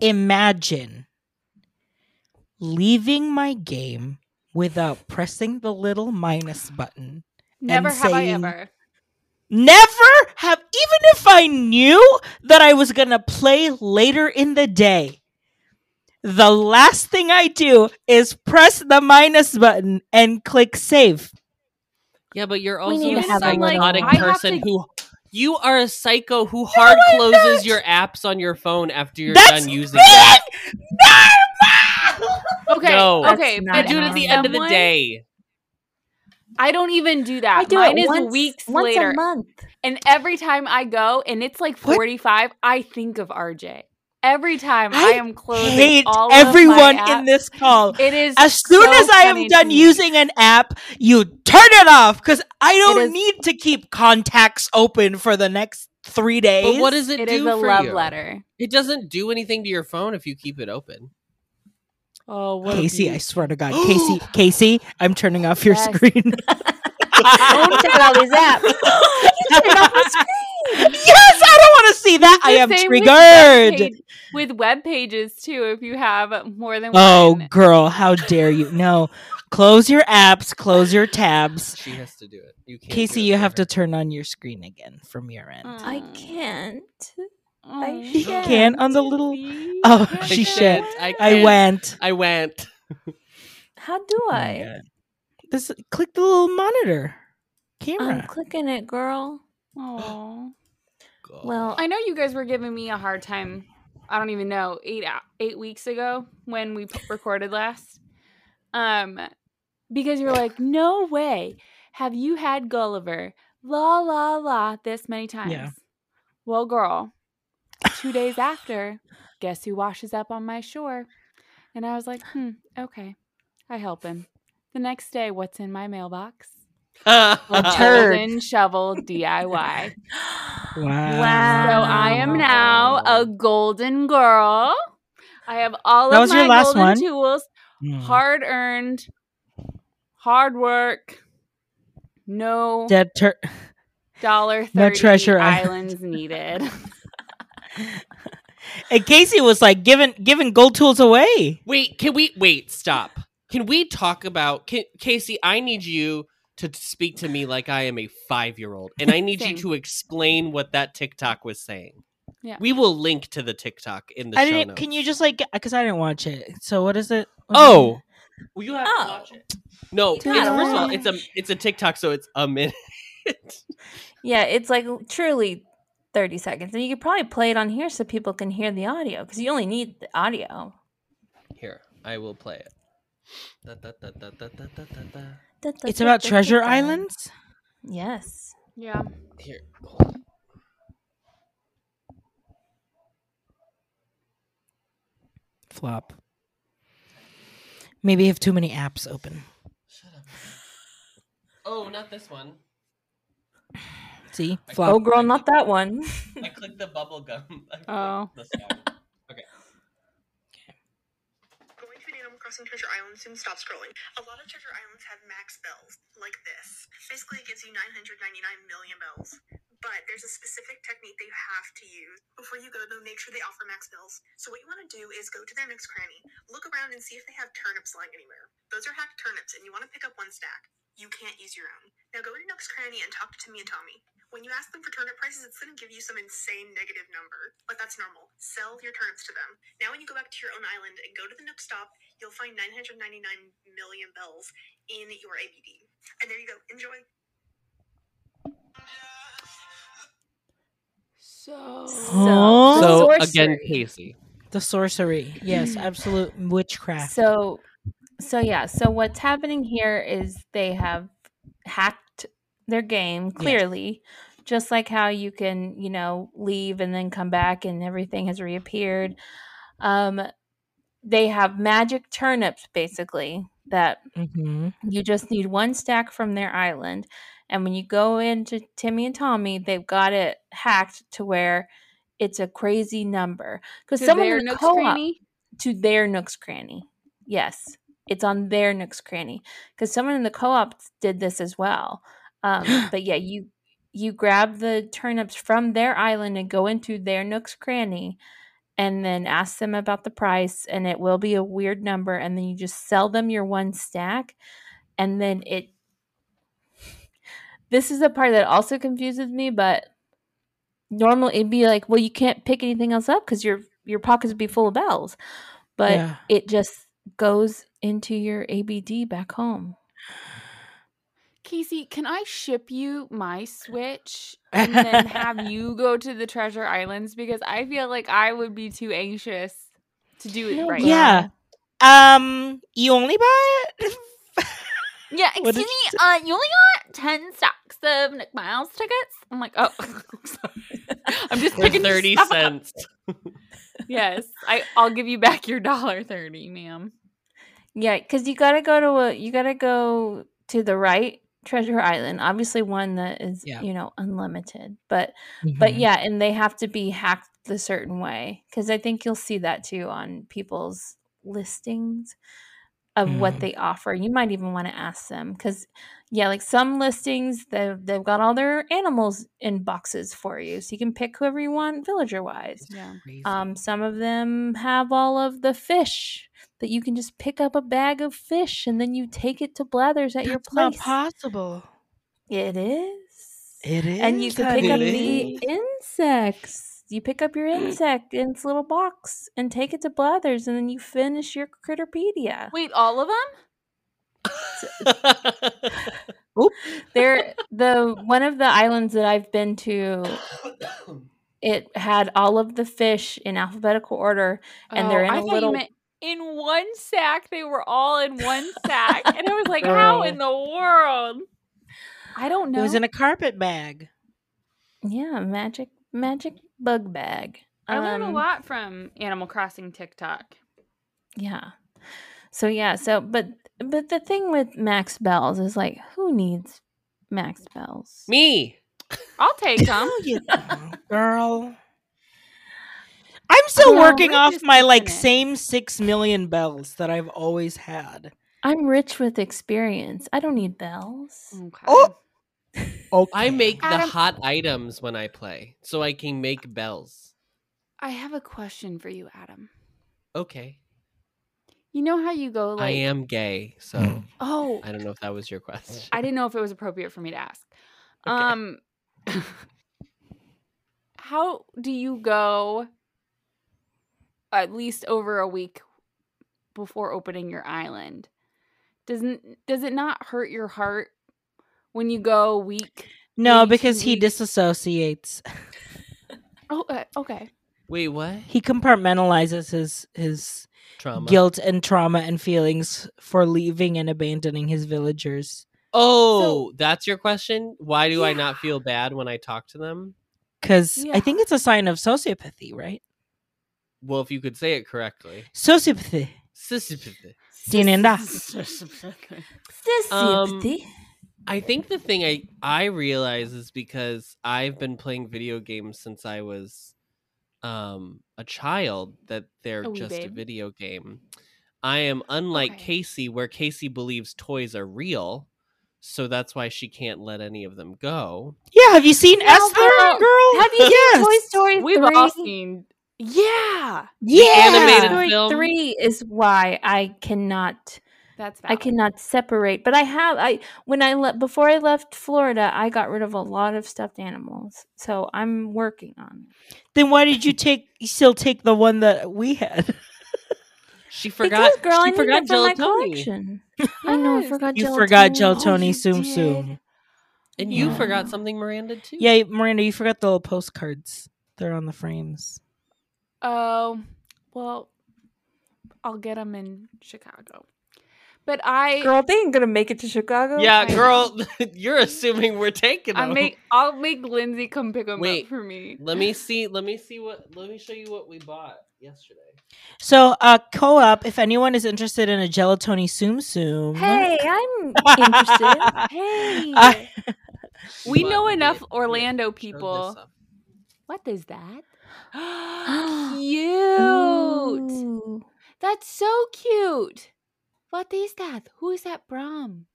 [SPEAKER 1] imagine leaving my game without pressing the little minus button.
[SPEAKER 2] Never have I
[SPEAKER 1] saying-
[SPEAKER 2] ever.
[SPEAKER 1] Never have, even if I knew that I was going to play later in the day, the last thing I do is press the minus button and click save.
[SPEAKER 4] Yeah, but you're
[SPEAKER 3] We
[SPEAKER 4] also
[SPEAKER 3] need
[SPEAKER 4] a
[SPEAKER 3] to have a little-
[SPEAKER 4] psychotic
[SPEAKER 3] I
[SPEAKER 2] have
[SPEAKER 4] person
[SPEAKER 2] to-
[SPEAKER 4] who you are a psycho who hard
[SPEAKER 1] I'm
[SPEAKER 4] closes
[SPEAKER 1] not.
[SPEAKER 4] your apps on your phone after you're
[SPEAKER 1] That's
[SPEAKER 4] done using
[SPEAKER 1] Man,
[SPEAKER 4] it.
[SPEAKER 1] normal!
[SPEAKER 2] Okay,
[SPEAKER 4] No.
[SPEAKER 2] okay,
[SPEAKER 3] That's
[SPEAKER 2] but
[SPEAKER 4] I do it at the end of the
[SPEAKER 2] someone-
[SPEAKER 4] day.
[SPEAKER 2] I don't even do that.
[SPEAKER 3] i do
[SPEAKER 2] Mine
[SPEAKER 3] it
[SPEAKER 2] is
[SPEAKER 3] once,
[SPEAKER 2] weeks
[SPEAKER 3] once
[SPEAKER 2] later,
[SPEAKER 3] a month
[SPEAKER 2] and every time I go, and it's like
[SPEAKER 1] What?
[SPEAKER 2] forty-five. I think of RJ every time I,
[SPEAKER 1] I
[SPEAKER 2] am closing
[SPEAKER 1] Hate
[SPEAKER 2] all
[SPEAKER 1] everyone
[SPEAKER 2] of my
[SPEAKER 1] in this call.
[SPEAKER 2] It is
[SPEAKER 1] as soon
[SPEAKER 2] so
[SPEAKER 1] as I
[SPEAKER 2] funny
[SPEAKER 1] am
[SPEAKER 2] to
[SPEAKER 1] done
[SPEAKER 2] me.
[SPEAKER 1] using an app, you turn it off because I don't
[SPEAKER 3] is-
[SPEAKER 1] need to keep contacts open for the next three days.
[SPEAKER 4] But what does it,
[SPEAKER 2] It
[SPEAKER 4] do
[SPEAKER 2] is a
[SPEAKER 4] for
[SPEAKER 2] love
[SPEAKER 4] you?
[SPEAKER 2] letter.
[SPEAKER 4] It doesn't do anything to your phone if you keep it open.
[SPEAKER 2] Oh, what a
[SPEAKER 1] Casey? I
[SPEAKER 2] beaut.
[SPEAKER 1] swear to God, Casey, Casey, I'm turning off your
[SPEAKER 2] Yes.
[SPEAKER 1] screen.
[SPEAKER 3] You check all these apps Turn off my
[SPEAKER 1] yes,
[SPEAKER 3] screen.
[SPEAKER 1] I don't want to see that.
[SPEAKER 2] It's the
[SPEAKER 1] I am
[SPEAKER 2] same with web
[SPEAKER 1] triggered.
[SPEAKER 2] page- With web pages too, if you have more than
[SPEAKER 1] Oh,
[SPEAKER 2] one.
[SPEAKER 1] girl, how dare you? No, close your apps, close your tabs.
[SPEAKER 4] She has to do it. You can't do
[SPEAKER 1] Casey,
[SPEAKER 4] it
[SPEAKER 1] you
[SPEAKER 4] for
[SPEAKER 1] have to
[SPEAKER 4] her.
[SPEAKER 1] turn on your screen again from your end.
[SPEAKER 2] Mm.
[SPEAKER 3] i can't
[SPEAKER 2] Oh,
[SPEAKER 3] I
[SPEAKER 1] She
[SPEAKER 3] can't.
[SPEAKER 1] can on the little.
[SPEAKER 2] see?
[SPEAKER 1] Oh,
[SPEAKER 2] Can't
[SPEAKER 1] she
[SPEAKER 4] I
[SPEAKER 2] do
[SPEAKER 1] should.
[SPEAKER 4] can't.
[SPEAKER 2] it.
[SPEAKER 4] I,
[SPEAKER 1] I
[SPEAKER 4] can't.
[SPEAKER 1] went.
[SPEAKER 4] I went.
[SPEAKER 3] how do
[SPEAKER 1] Oh my
[SPEAKER 3] i
[SPEAKER 1] God. This click the little monitor
[SPEAKER 3] i'm
[SPEAKER 2] Um,
[SPEAKER 1] camera.
[SPEAKER 3] clicking it girl
[SPEAKER 2] Aw.
[SPEAKER 3] Well-
[SPEAKER 2] I know you guys were giving me a hard time. I don't even know eight ou- eight weeks ago when we p- recorded last, um, because you're like, no way, have you had Gulliver? La la la, this many times. Well, girl, two days after, guess who washes up on my shore? And I was like, hmm, okay, I help him. The next day, what's in my mailbox? A
[SPEAKER 3] turd.
[SPEAKER 2] golden shovel DIY.
[SPEAKER 1] wow.
[SPEAKER 2] So I am now a golden girl. I have all
[SPEAKER 1] That
[SPEAKER 2] of
[SPEAKER 1] was your
[SPEAKER 2] my
[SPEAKER 1] last
[SPEAKER 2] golden
[SPEAKER 1] one?
[SPEAKER 2] tools,
[SPEAKER 1] Mm.
[SPEAKER 2] hard earned, hard work, no
[SPEAKER 1] dead tur-
[SPEAKER 2] dollar
[SPEAKER 1] No
[SPEAKER 2] thirty
[SPEAKER 1] treasure
[SPEAKER 2] islands needed.
[SPEAKER 1] And Casey was like giving giving gold tools away.
[SPEAKER 4] Wait, can we wait? Stop. Can we talk about can, Casey? I need you to t- speak to me like I am a five year old, and I need
[SPEAKER 2] Same.
[SPEAKER 4] you to explain what that TikTok was saying.
[SPEAKER 2] Yeah.
[SPEAKER 4] we will link to the TikTok in the
[SPEAKER 1] I
[SPEAKER 4] show
[SPEAKER 1] didn't. Can
[SPEAKER 4] notes.
[SPEAKER 1] you just like because I didn't watch it. So what is it? What is
[SPEAKER 4] Oh, well, you have
[SPEAKER 3] Oh.
[SPEAKER 4] to watch it. No, it's,
[SPEAKER 3] Do
[SPEAKER 4] first
[SPEAKER 3] not
[SPEAKER 4] of all,
[SPEAKER 3] watch.
[SPEAKER 4] it's a it's a TikTok, so it's a minute.
[SPEAKER 3] Yeah, it's like truly 30 seconds. And you could probably play it on here so people can hear the audio because you only need the audio.
[SPEAKER 4] Here, I will play it. Da, da, da, da, da, da, da, da.
[SPEAKER 3] Da,
[SPEAKER 1] it?
[SPEAKER 3] da,
[SPEAKER 1] It's
[SPEAKER 3] da,
[SPEAKER 1] about
[SPEAKER 3] da, da,
[SPEAKER 1] Treasure
[SPEAKER 3] da.
[SPEAKER 1] Islands.
[SPEAKER 3] Yes.
[SPEAKER 2] yeah.
[SPEAKER 4] Here, hold on.
[SPEAKER 1] Flop. Maybe you have too many apps open.
[SPEAKER 4] Shut up. Oh, not this one.
[SPEAKER 1] See,
[SPEAKER 4] I-
[SPEAKER 3] Oh,
[SPEAKER 1] flop.
[SPEAKER 3] girl, not that one.
[SPEAKER 4] I clicked the bubble gum. I clicked
[SPEAKER 2] Oh.
[SPEAKER 4] the song.
[SPEAKER 5] crossing Treasure Island soon stopped scrolling. A lot of Treasure Islands have max bells, like this. Basically, it gives you 999 million bells. But there's a specific technique that you have to use before you go to them. Make sure they offer max bells. So what you want to do is go to their next cranny, look around, and see if they have turnips lying anywhere. Those are hacked turnips, and you want to pick up one stack. You can't use your own. Now go to your next cranny and talk to Timmy and Tommy. When you ask them for turnip prices, it's going to give you some insane negative number, but that's normal. Sell your turnips to them. Now, when you go back to your own island and go to the Nook stop, you'll find 999 million bells in your ABD. And there you go. Enjoy.
[SPEAKER 2] So
[SPEAKER 1] Oh.
[SPEAKER 4] So
[SPEAKER 3] sorcery.
[SPEAKER 4] again, Casey.
[SPEAKER 1] The sorcery. Yes, absolute witchcraft.
[SPEAKER 3] So, so yeah. So what's happening here is they have hacked their game clearly, just like how you can, you know, leave and then come back and everything has reappeared. Um, they have magic turnips basically that
[SPEAKER 1] hmm
[SPEAKER 3] you just need one stack from their island. And when you go into Timmy and Tommy, they've got it hacked to where it's a crazy number. Because
[SPEAKER 2] to
[SPEAKER 3] someone
[SPEAKER 2] their
[SPEAKER 3] in the
[SPEAKER 2] Nook's
[SPEAKER 3] co-op
[SPEAKER 2] cranny?
[SPEAKER 3] to their nooks cranny. Yes, it's on their nooks cranny because someone in the co-op did this as well. Um, but yeah, you you grab the turnips from their island and go into their nooks cranny, and then ask them about the price, and it will be a weird number, and then you just sell them your one stack, and then it. This is the part that also confuses me, but normally it'd be like, well, you can't pick anything else up because your your pockets would be full of bells, but
[SPEAKER 1] Yeah.
[SPEAKER 3] it just goes into your ABD back home.
[SPEAKER 2] Casey, can I ship you my Switch and then have you go to the Treasure Islands? Because I feel like I would be too anxious to do it
[SPEAKER 3] No,
[SPEAKER 2] right.
[SPEAKER 3] but-
[SPEAKER 1] Yeah. Um, you only buy it?
[SPEAKER 2] Yeah,
[SPEAKER 1] What
[SPEAKER 2] excuse
[SPEAKER 1] did
[SPEAKER 2] me. Uh, you only got ten stacks of Nick Miles tickets. I'm like, oh, I'm just
[SPEAKER 4] For
[SPEAKER 2] picking your
[SPEAKER 4] 30
[SPEAKER 2] stuff up.
[SPEAKER 4] cents.
[SPEAKER 2] Yes, I, I'll give you back your dollar thirty, ma'am.
[SPEAKER 3] Yeah, because you gotta go to a you gotta go to the right treasure island. Obviously, one that is
[SPEAKER 1] Yeah.
[SPEAKER 3] you know unlimited, but
[SPEAKER 1] Mm-hmm.
[SPEAKER 3] but yeah, and they have to be hacked the certain way because I think you'll see that too on people's listings of
[SPEAKER 1] Mm.
[SPEAKER 3] what they offer. You might even want to ask them because yeah, like some listings they they've got all their animals in boxes for you, so you can pick whoever you want villager wise.
[SPEAKER 2] Yeah,
[SPEAKER 3] Um, some of them have all of the fish that you can just pick up a bag of fish and then you take it to Blathers at your
[SPEAKER 1] That's not
[SPEAKER 3] place.
[SPEAKER 1] possible.
[SPEAKER 3] it is.
[SPEAKER 1] It is.
[SPEAKER 3] and you can pick up
[SPEAKER 1] honey.
[SPEAKER 3] the insects. You pick up your insect in its little box and take it to Blathers and then you finish your Critterpedia.
[SPEAKER 2] wait, all of them?
[SPEAKER 3] There the one of the islands that I've been to, it had all of the fish in alphabetical order And they're in
[SPEAKER 2] Oh, I
[SPEAKER 3] a
[SPEAKER 2] thought you
[SPEAKER 3] little-
[SPEAKER 2] meant in one sack. They were all in one sack, and I was like, how in the world? I don't
[SPEAKER 1] It
[SPEAKER 2] know.
[SPEAKER 1] was in a carpet bag.
[SPEAKER 3] yeah, magic magic bug bag.
[SPEAKER 2] I learn a
[SPEAKER 3] Um,
[SPEAKER 2] lot from Animal Crossing TikTok.
[SPEAKER 3] Yeah. So yeah, so but but the thing with Max Bells is like who needs Max Bells?
[SPEAKER 4] Me.
[SPEAKER 2] I'll take them.
[SPEAKER 1] Oh, you don't, girl. I'm still
[SPEAKER 3] Girl,
[SPEAKER 1] working
[SPEAKER 2] we're
[SPEAKER 1] off
[SPEAKER 2] just
[SPEAKER 1] my like
[SPEAKER 2] doing it.
[SPEAKER 1] same six million bells that I've always had.
[SPEAKER 3] I'm rich with experience. I don't need bells.
[SPEAKER 2] okay.
[SPEAKER 1] Oh. Okay.
[SPEAKER 4] I make the
[SPEAKER 2] Adam-
[SPEAKER 4] hot items when I play, so I can make bells.
[SPEAKER 2] I have a question for you, Adam.
[SPEAKER 4] Okay.
[SPEAKER 2] You know how you go like
[SPEAKER 4] I am gay, so
[SPEAKER 2] Oh,
[SPEAKER 4] I don't know if that was your question.
[SPEAKER 2] I didn't know if it was appropriate for me to ask.
[SPEAKER 4] Okay.
[SPEAKER 2] Um How do you go at least over a week before opening your island? Doesn't does it not hurt your heart when you go a week?
[SPEAKER 1] no,
[SPEAKER 2] maybe two
[SPEAKER 1] because he
[SPEAKER 2] weeks.
[SPEAKER 1] disassociates.
[SPEAKER 2] Oh, uh, okay.
[SPEAKER 4] Wait, what?
[SPEAKER 1] He compartmentalizes his his
[SPEAKER 4] Trauma.
[SPEAKER 1] guilt and trauma and feelings for leaving and abandoning his villagers
[SPEAKER 4] Oh, that's your question? Why do I
[SPEAKER 2] Yeah.
[SPEAKER 4] not feel bad when I talk to them?
[SPEAKER 1] because I
[SPEAKER 2] Yeah.
[SPEAKER 1] think it's a sign of sociopathy, right?
[SPEAKER 4] Well, if you could say it correctly.
[SPEAKER 1] Sociopathy.
[SPEAKER 4] Sisyphus.
[SPEAKER 1] Tienen da.
[SPEAKER 3] Sissy,
[SPEAKER 4] Um,
[SPEAKER 3] pity.
[SPEAKER 4] I think the thing I I realize is because I've been playing video games since I was um a child that they're
[SPEAKER 2] A wee
[SPEAKER 4] just a
[SPEAKER 2] babe.
[SPEAKER 4] video game. I am unlike
[SPEAKER 2] Okay.
[SPEAKER 4] Casey, where Casey believes toys are real, so that's why she can't let any of them go.
[SPEAKER 1] Yeah, have you seen Esther,
[SPEAKER 3] girl.
[SPEAKER 1] girl?
[SPEAKER 3] Have you
[SPEAKER 1] yes.
[SPEAKER 3] seen Toy Story
[SPEAKER 2] We've
[SPEAKER 3] 3?
[SPEAKER 2] all seen. Yeah,
[SPEAKER 1] Yeah.
[SPEAKER 4] animated
[SPEAKER 3] Toy
[SPEAKER 4] film?
[SPEAKER 3] Three is why I cannot
[SPEAKER 2] that's.
[SPEAKER 3] I
[SPEAKER 2] Valid.
[SPEAKER 3] cannot separate. But I have I when I left before I left Florida, I got rid of a lot of stuffed animals. So I'm working on it.
[SPEAKER 1] Then why did you take you still take the one that we had?
[SPEAKER 4] She forgot.
[SPEAKER 3] because, girl, I
[SPEAKER 4] she
[SPEAKER 3] need
[SPEAKER 4] forgot
[SPEAKER 3] it for my
[SPEAKER 4] Gelatoni,
[SPEAKER 3] collection. I know I
[SPEAKER 2] Yes.
[SPEAKER 3] forgot Oh,
[SPEAKER 1] You forgot
[SPEAKER 3] Gelatoni.
[SPEAKER 2] Gelatoni.
[SPEAKER 1] Geltoni
[SPEAKER 2] oh, you
[SPEAKER 1] Tsum
[SPEAKER 2] did.
[SPEAKER 1] Tsum.
[SPEAKER 4] and you
[SPEAKER 3] Yeah.
[SPEAKER 4] forgot something, Miranda too.
[SPEAKER 1] Yeah, Miranda, you forgot the little postcards. They're on the frames.
[SPEAKER 2] Oh, well, I'll get them in Chicago. But I,
[SPEAKER 3] Girl, they ain't gonna make it to Chicago.
[SPEAKER 4] yeah,
[SPEAKER 2] Okay.
[SPEAKER 4] girl, you're assuming we're taking
[SPEAKER 2] I
[SPEAKER 4] them.
[SPEAKER 2] make, I'll make Lindsay come pick them
[SPEAKER 4] Wait,
[SPEAKER 2] up for me.
[SPEAKER 4] Let me see. Let me see what. Let me show you what we bought yesterday.
[SPEAKER 1] So, uh, co-op. If anyone is interested in a Gelatoni Tsum Tsum, Uh,
[SPEAKER 3] Hey, I'm interested.
[SPEAKER 2] Hey,
[SPEAKER 1] I-
[SPEAKER 2] we
[SPEAKER 4] But
[SPEAKER 2] know
[SPEAKER 4] wait,
[SPEAKER 2] enough
[SPEAKER 4] wait,
[SPEAKER 2] Orlando
[SPEAKER 4] show this
[SPEAKER 2] people.
[SPEAKER 4] up.
[SPEAKER 2] What is that? cute.
[SPEAKER 3] Ooh.
[SPEAKER 2] That's so cute. What is that? Who is that from?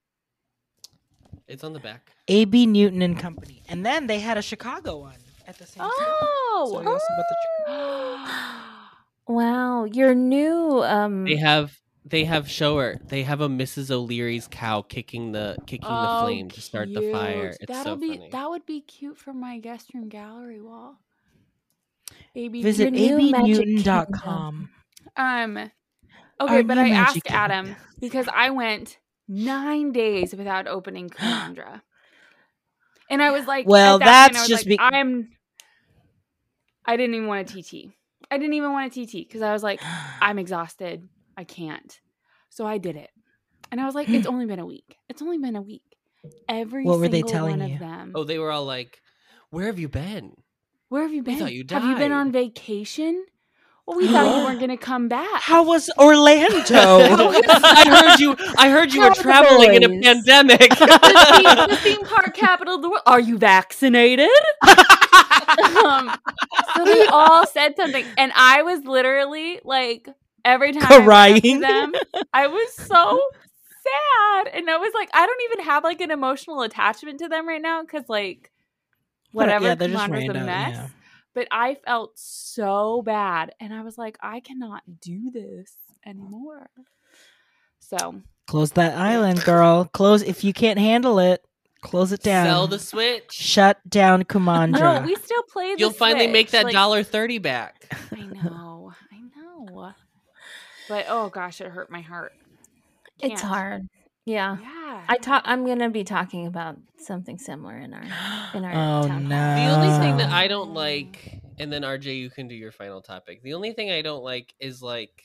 [SPEAKER 4] It's on the back.
[SPEAKER 1] A.B. Newton and Company, and then they had a Chicago one at the same time. So we
[SPEAKER 2] Oh.
[SPEAKER 1] also bought the Chi-
[SPEAKER 3] Wow, your new um
[SPEAKER 4] They have they have shower. They have a Mrs. O'Leary's cow kicking the kicking the flame to start the fire.
[SPEAKER 2] Oh, cute.
[SPEAKER 4] It's
[SPEAKER 2] That'll
[SPEAKER 4] so
[SPEAKER 2] be
[SPEAKER 4] funny.
[SPEAKER 2] that would be cute for my guest room gallery wall. Baby
[SPEAKER 1] Visit
[SPEAKER 3] Your new Magic
[SPEAKER 1] abnewton.com.
[SPEAKER 2] Um. Okay,
[SPEAKER 1] Our
[SPEAKER 2] but
[SPEAKER 1] new
[SPEAKER 2] I asked
[SPEAKER 1] Magic
[SPEAKER 2] Adam
[SPEAKER 1] Kingdom.
[SPEAKER 2] because I went nine days without opening Calandra, and I was like, at
[SPEAKER 1] Well,
[SPEAKER 2] that point,
[SPEAKER 1] that's
[SPEAKER 2] I was
[SPEAKER 1] just be-
[SPEAKER 2] like, I'm. I didn't even want a TT. I didn't even want a TT because I was like, I'm exhausted. I can't. So I did it, and I was like, it's only been a week. It's only been a week. Every
[SPEAKER 1] What were they
[SPEAKER 2] single
[SPEAKER 1] telling
[SPEAKER 2] one
[SPEAKER 1] you?
[SPEAKER 2] of them.
[SPEAKER 4] Oh, they were all like, "Where have you been?"
[SPEAKER 2] Where have you been?
[SPEAKER 4] thought you
[SPEAKER 2] Have you been
[SPEAKER 4] died.
[SPEAKER 2] on vacation? Well, we thought you weren't going to come back.
[SPEAKER 1] How was Orlando?
[SPEAKER 4] I heard you. I heard you were
[SPEAKER 3] How the
[SPEAKER 4] traveling in a
[SPEAKER 3] boys?
[SPEAKER 4] pandemic.
[SPEAKER 2] the, theme, the theme park capital of the world. Are you vaccinated? um, so they all said something, and I was literally like, every time I went up to
[SPEAKER 1] Crying.
[SPEAKER 2] them, I was so sad, and I was like, I don't even have like an emotional attachment to them right now because like whatever
[SPEAKER 1] Yeah,
[SPEAKER 2] yeah,
[SPEAKER 1] they're just
[SPEAKER 2] was a
[SPEAKER 1] random,
[SPEAKER 2] mess.
[SPEAKER 1] yeah.
[SPEAKER 2] But I felt so bad, and I was like, I cannot do this anymore. So
[SPEAKER 1] Close that island, girl. Close if you can't handle it. Close it down.
[SPEAKER 4] Sell the switch.
[SPEAKER 1] Shut down
[SPEAKER 2] no,
[SPEAKER 1] Kumandra.
[SPEAKER 2] we still play. The
[SPEAKER 4] You'll finally make
[SPEAKER 2] Switch,
[SPEAKER 4] that
[SPEAKER 2] like-
[SPEAKER 4] dollar thirty back.
[SPEAKER 2] I know, I know. But oh gosh, it hurt my heart.
[SPEAKER 3] it's
[SPEAKER 2] Can't.
[SPEAKER 3] hard. Yeah.
[SPEAKER 2] Yeah.
[SPEAKER 3] I talk I'm gonna be talking about something similar in our in our
[SPEAKER 1] Oh,
[SPEAKER 3] town hall.
[SPEAKER 1] no.
[SPEAKER 4] The only thing that
[SPEAKER 1] Oh.
[SPEAKER 4] I don't like, and then RJ, you can do your final topic. The only thing I don't like is like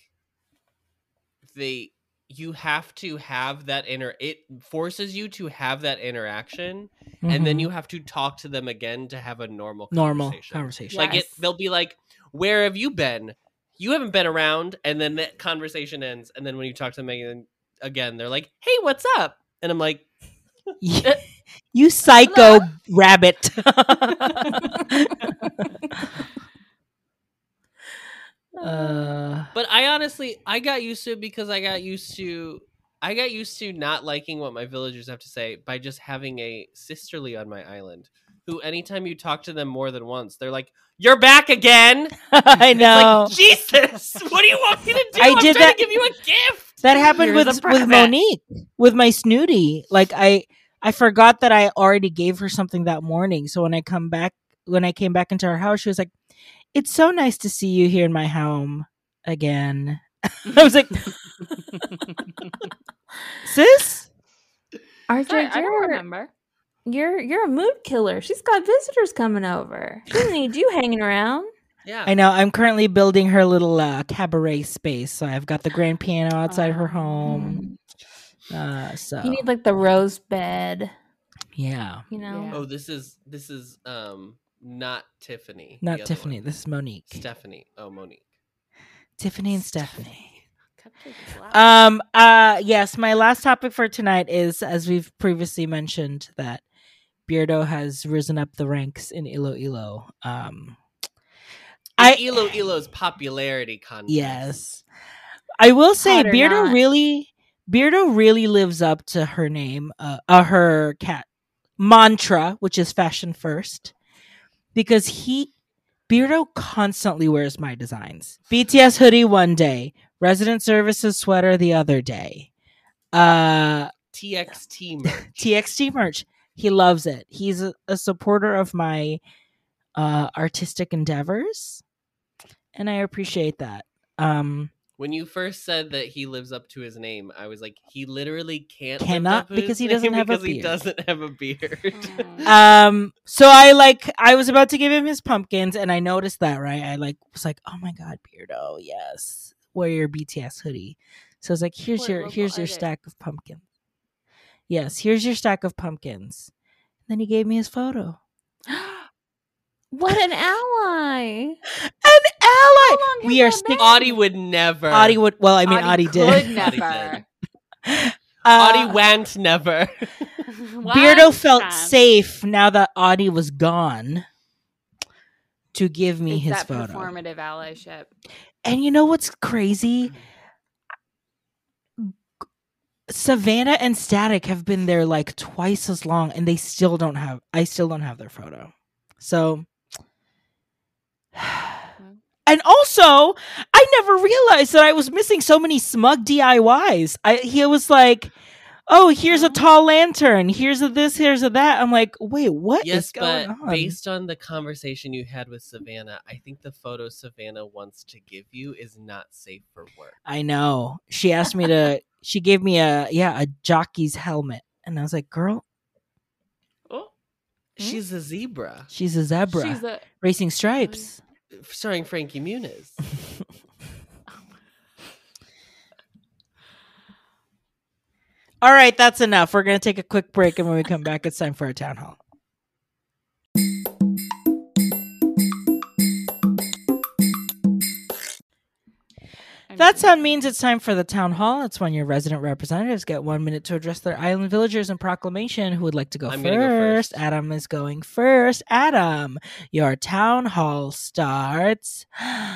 [SPEAKER 4] they you have to have that inter it forces you to have that interaction and then
[SPEAKER 1] Mhm.
[SPEAKER 4] you have to talk to them again to have a normal
[SPEAKER 1] normal
[SPEAKER 4] conversation.
[SPEAKER 1] conversation.
[SPEAKER 4] Like it
[SPEAKER 2] Yes.
[SPEAKER 4] they'll be like, Where have you been? You haven't been around, and then that conversation ends, and then when you talk to them again again, they're like, Hey, what's up? And I'm like,
[SPEAKER 1] Yeah. you psycho rabbit. uh,
[SPEAKER 4] But I honestly, I got used to it because I got used to, I got used to not liking what my villagers have to say by just having a sisterly on my island. Who, anytime you talk to them more than once, they're like, "You're back again."
[SPEAKER 1] I know.
[SPEAKER 4] Like, Jesus, what do you want me to do?
[SPEAKER 1] I
[SPEAKER 4] I am
[SPEAKER 1] did
[SPEAKER 4] trying
[SPEAKER 1] that-
[SPEAKER 4] to give you a gift.
[SPEAKER 1] that happened
[SPEAKER 4] Here's
[SPEAKER 1] with
[SPEAKER 4] a
[SPEAKER 1] with
[SPEAKER 4] present.
[SPEAKER 1] Monique with my snooty. Like I I forgot that I already gave her something that morning. So when I come back when I came back into her house, she was like, "It's so nice to see you here in my home again." I was like, "Sis,
[SPEAKER 3] RJ,
[SPEAKER 2] Sorry, I don't
[SPEAKER 3] you're-
[SPEAKER 2] remember.
[SPEAKER 3] You're you're a mood killer. She's got visitors coming over. She doesn't need you hanging around.
[SPEAKER 4] Yeah,
[SPEAKER 1] I know I'm currently building her little uh, cabaret space. So I've got the grand piano outside her home. Uh, so
[SPEAKER 3] You need like the rose bed,
[SPEAKER 1] yeah,
[SPEAKER 3] you know.
[SPEAKER 2] Yeah.
[SPEAKER 4] Oh, this is this is um not Tiffany. the
[SPEAKER 1] not
[SPEAKER 4] other
[SPEAKER 1] Tiffany.
[SPEAKER 4] one.
[SPEAKER 1] This is Monique.
[SPEAKER 4] Stephanie. Oh, Monique.
[SPEAKER 1] Tiffany and Stephanie.
[SPEAKER 2] Cupcake is loud.
[SPEAKER 1] Um. Uh. Yes. My last topic for tonight is, as we've previously mentioned, that Beardo has risen up the ranks in Iloilo. Um.
[SPEAKER 4] I Ilo Ilo's popularity contest.
[SPEAKER 1] Yes. I will say
[SPEAKER 3] Hot or
[SPEAKER 1] Beardo
[SPEAKER 3] not.
[SPEAKER 1] really Beardo really lives up to her name, uh, uh her cat mantra, which is fashion first. Because he Beardo constantly wears my designs. BTS hoodie one day, resident services sweater the other day. Uh
[SPEAKER 4] TXT merch.
[SPEAKER 1] TXT merch. He loves it. He's a, a supporter of my uh, artistic endeavors, and I appreciate that. Um,
[SPEAKER 4] When you first said that he lives up to his name, I was like, he literally can't live
[SPEAKER 1] Cannot,
[SPEAKER 4] up to his
[SPEAKER 1] because he
[SPEAKER 4] name
[SPEAKER 1] doesn't have a
[SPEAKER 4] because he
[SPEAKER 1] beard.
[SPEAKER 4] doesn't have a beard.
[SPEAKER 1] um, so I like. I was about to give him his pumpkins, and I noticed that. Right, I like was like, "Oh my god, Beardo, yes, wear your BTS hoodie." So I was like, "Here's
[SPEAKER 2] Support
[SPEAKER 1] your
[SPEAKER 2] local
[SPEAKER 1] here's your
[SPEAKER 2] artists."
[SPEAKER 1] stack of pumpkins." Yes, here's your stack of pumpkins. Then he gave me his photo.
[SPEAKER 3] what an ally!
[SPEAKER 1] An ally.
[SPEAKER 3] long has
[SPEAKER 1] We are
[SPEAKER 3] that
[SPEAKER 1] sticking.
[SPEAKER 4] Audie would never.
[SPEAKER 1] Uh, Audie would. Well, I mean, Audie,
[SPEAKER 2] could
[SPEAKER 1] did.
[SPEAKER 4] Audie
[SPEAKER 2] never.
[SPEAKER 1] Uh,
[SPEAKER 4] Audie went never.
[SPEAKER 1] Beardo
[SPEAKER 2] One
[SPEAKER 1] felt
[SPEAKER 2] time.
[SPEAKER 1] safe now that Audie was gone to give me
[SPEAKER 2] It's
[SPEAKER 1] his
[SPEAKER 2] that
[SPEAKER 1] photo.
[SPEAKER 2] Performative allyship.
[SPEAKER 1] And you know what's crazy? Savannah and Static have been there like twice as long, and they still don't have. I still don't have their photo. So, and also, I never realized that I was missing so many smug DIYs. I he was like, "Oh, here's a
[SPEAKER 2] Mhm.
[SPEAKER 1] tall lantern. Here's a this. Here's a that." I'm like, "Wait, what is
[SPEAKER 4] yes, but
[SPEAKER 1] going on?"
[SPEAKER 4] based on the conversation you had with Savannah, I think the photo Savannah wants to give you is not safe for work.
[SPEAKER 1] I know. She asked me to. She gave me a yeah a jockey's helmet, and I was like, "Girl,
[SPEAKER 2] Oh,
[SPEAKER 3] Hmm?
[SPEAKER 4] She's a zebra,
[SPEAKER 1] she's a zebra
[SPEAKER 2] she's a.
[SPEAKER 1] racing stripes."
[SPEAKER 4] starring Frankie Muniz.
[SPEAKER 1] All right, that's enough. We're gonna take a quick break, and when we come back, it's time for our town hall.
[SPEAKER 2] I'm
[SPEAKER 1] That
[SPEAKER 2] sorry.
[SPEAKER 1] sound means it's time for the town hall. It's when your resident representatives get one minute to address their island villagers and proclamation. Who would like to go,
[SPEAKER 4] I'm
[SPEAKER 1] first?
[SPEAKER 4] gonna go first.
[SPEAKER 1] Adam is going first. Adam, your town hall starts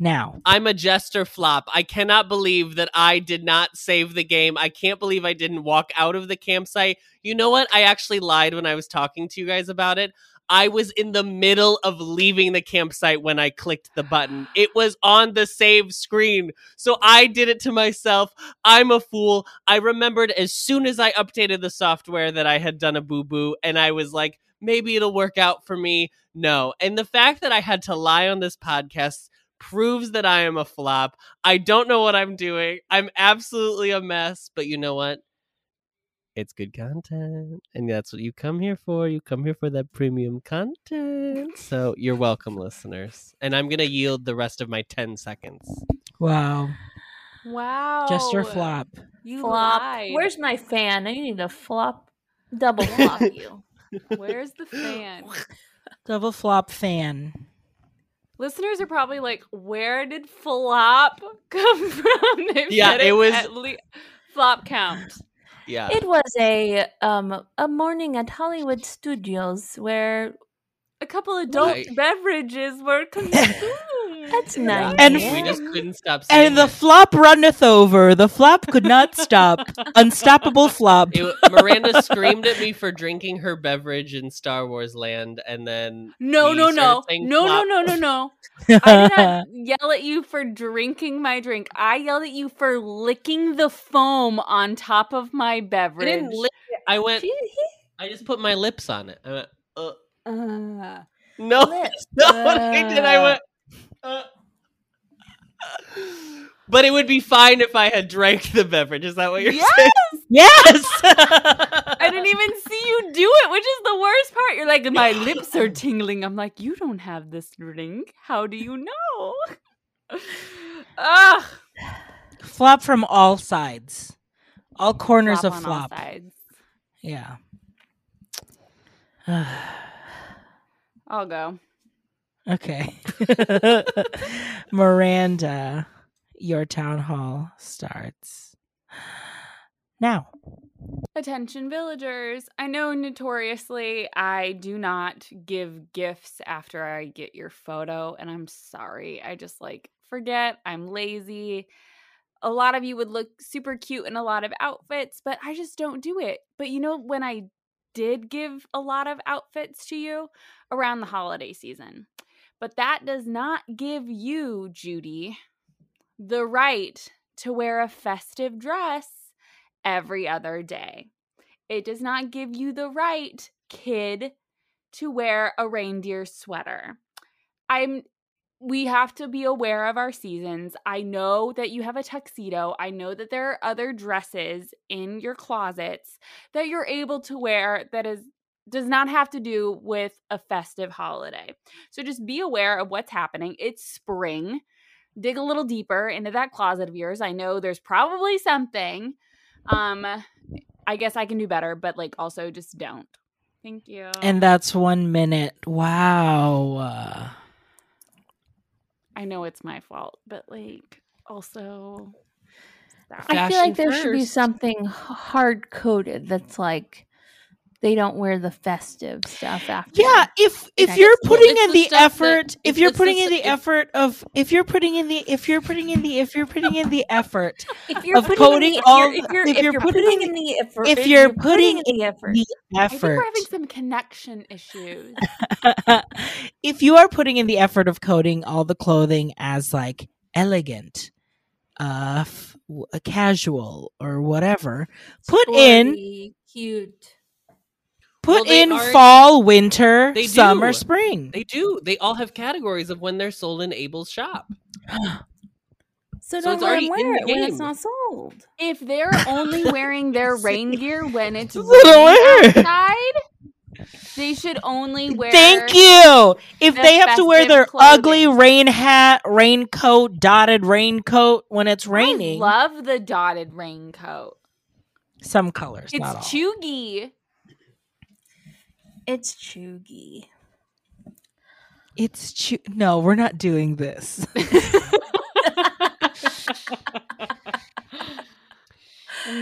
[SPEAKER 1] now.
[SPEAKER 4] I'm a jester flop. I cannot believe that I did not save the game. I can't believe I didn't walk out of the campsite. You know what? I actually lied when I was talking to you guys about it. I was in the middle of leaving the campsite when I clicked the button. It was on the save screen. So I did it to myself. I'm a fool. I remembered as soon as I updated the software that I had done a boo boo, and I was like, maybe it'll work out for me. No. And the fact that I had to lie on this podcast proves that I am a flop. I don't know what I'm doing. I'm absolutely a mess, but you know what? It's good content. And that's what you come here for. You come here for that premium content. So you're welcome, listeners. And I'm going to yield the rest of my 10 seconds.
[SPEAKER 1] Wow,
[SPEAKER 2] Wow.
[SPEAKER 1] just your flop.
[SPEAKER 2] You
[SPEAKER 3] Flop.
[SPEAKER 2] lied.
[SPEAKER 3] Where's my fan? I need to flop, double flop you.
[SPEAKER 2] Where's the fan?
[SPEAKER 1] Double flop fan.
[SPEAKER 2] Listeners are probably like, where did flop come from? They
[SPEAKER 4] Yeah,
[SPEAKER 2] said
[SPEAKER 4] it was-
[SPEAKER 2] at le- flop count.
[SPEAKER 4] Yeah.
[SPEAKER 3] It was a um a morning at Hollywood Studios where
[SPEAKER 2] A couple adult
[SPEAKER 4] Right.
[SPEAKER 2] beverages were consumed.
[SPEAKER 3] That's nice.
[SPEAKER 1] And-
[SPEAKER 4] we just couldn't stop saying
[SPEAKER 1] And the flop runneth over. The flop could not stop. Unstoppable flop.
[SPEAKER 4] it. It- Miranda screamed at me for drinking her beverage in Star Wars land and then
[SPEAKER 2] No,
[SPEAKER 4] we
[SPEAKER 2] no,
[SPEAKER 4] started
[SPEAKER 2] no,
[SPEAKER 4] saying
[SPEAKER 2] no, no,
[SPEAKER 4] flop.
[SPEAKER 2] no, no, no. I did not yell at you for drinking my drink. I yelled at you for licking the foam on top of my
[SPEAKER 4] I
[SPEAKER 2] beverage.
[SPEAKER 4] didn't lick it. I went
[SPEAKER 3] She- he-
[SPEAKER 4] I just put my lips on it. I went, uh,
[SPEAKER 2] Uh,
[SPEAKER 4] no,
[SPEAKER 3] lips.
[SPEAKER 4] no, I did. I went, uh. but it would be fine if I had drank the beverage. Is that what you're
[SPEAKER 2] Yes!
[SPEAKER 4] saying? Yes.
[SPEAKER 2] I didn't even see you do it, which is the worst part. You're like, my lips are tingling. I'm like, you don't have this drink. How do you know? Ugh.
[SPEAKER 1] flop from all sides, all corners
[SPEAKER 2] Flop
[SPEAKER 1] of
[SPEAKER 2] on all
[SPEAKER 1] flop.
[SPEAKER 2] sides.
[SPEAKER 1] Yeah.
[SPEAKER 2] I'll go.
[SPEAKER 1] okay. Miranda, your town hall starts now.
[SPEAKER 2] Attention villagers. I know notoriously I do not give gifts after I get your photo, and I'm sorry. I just like forget. I'm lazy. a lot of you would look super cute in a lot of outfits, but I just don't do it. But you know, when I did give a lot of outfits to you around the holiday season, but that does not give you, Judy, the right to wear a festive dress every other day. It does not give you the right, kid, to wear a reindeer sweater. I'm we have to be aware of our seasons. I know that you have a tuxedo. I know that there are other dresses in your closets that you're able to wear that is does not have to do with a festive holiday. So just be aware of what's happening. It's spring. Dig a little deeper into that closet of yours. I know there's probably something. Um I guess I can do better, but like also just don't. Thank you.
[SPEAKER 1] And that's one minute. Wow. Uh,
[SPEAKER 2] I know it's my fault, but like also stop.
[SPEAKER 3] I feel like
[SPEAKER 1] Oh, Fashion
[SPEAKER 3] there should be
[SPEAKER 1] first.
[SPEAKER 3] something hard coded that's like they don't wear the festive stuff after.
[SPEAKER 1] Yeah, if if
[SPEAKER 3] That's
[SPEAKER 1] you're
[SPEAKER 3] it.
[SPEAKER 1] putting
[SPEAKER 6] It's
[SPEAKER 1] in
[SPEAKER 6] the
[SPEAKER 1] the
[SPEAKER 6] stuff
[SPEAKER 1] effort,
[SPEAKER 6] that-
[SPEAKER 1] if you're
[SPEAKER 6] it's the
[SPEAKER 1] putting in
[SPEAKER 6] s-
[SPEAKER 1] the
[SPEAKER 6] if-
[SPEAKER 1] effort of if you're putting in the if you're putting in the if you're putting in the effort
[SPEAKER 6] If you're
[SPEAKER 1] Of
[SPEAKER 6] putting in the-
[SPEAKER 1] coding
[SPEAKER 6] if
[SPEAKER 1] all-
[SPEAKER 6] you're, if you're,
[SPEAKER 1] if you're
[SPEAKER 6] putting,
[SPEAKER 1] putting-
[SPEAKER 6] in the effort,
[SPEAKER 1] if you're putting
[SPEAKER 6] in the effort,
[SPEAKER 1] the
[SPEAKER 2] I think we're
[SPEAKER 1] effort
[SPEAKER 2] having some connection issues.
[SPEAKER 1] if you are putting in the effort of coding all the clothing as like elegant uh f- w- a casual or whatever put in
[SPEAKER 6] Sporty, cute.
[SPEAKER 1] put
[SPEAKER 4] Well, they
[SPEAKER 1] in
[SPEAKER 4] already-
[SPEAKER 1] fall winter
[SPEAKER 4] They
[SPEAKER 1] summer
[SPEAKER 4] do.
[SPEAKER 1] spring
[SPEAKER 4] They do. They all have categories of when they're sold in Abel's shop.
[SPEAKER 6] So,
[SPEAKER 4] So
[SPEAKER 6] don't
[SPEAKER 4] it's
[SPEAKER 6] let
[SPEAKER 4] already
[SPEAKER 6] them wear
[SPEAKER 4] in
[SPEAKER 6] it
[SPEAKER 4] the
[SPEAKER 6] when it's
[SPEAKER 4] game.
[SPEAKER 6] not sold.
[SPEAKER 2] if they're only wearing their rain gear when it's
[SPEAKER 1] Little
[SPEAKER 2] raining
[SPEAKER 1] hair.
[SPEAKER 2] outside, they should only wear
[SPEAKER 1] Thank you. If
[SPEAKER 2] the
[SPEAKER 1] they have to wear
[SPEAKER 2] festive
[SPEAKER 1] their ugly
[SPEAKER 2] clothing.
[SPEAKER 1] rain hat, raincoat, dotted raincoat when it's raining,
[SPEAKER 2] I love the dotted raincoat.
[SPEAKER 1] some colors,
[SPEAKER 2] It's
[SPEAKER 1] not all.
[SPEAKER 2] chuggy.
[SPEAKER 6] It's chuggy.
[SPEAKER 1] It's chu- no, we're not doing this.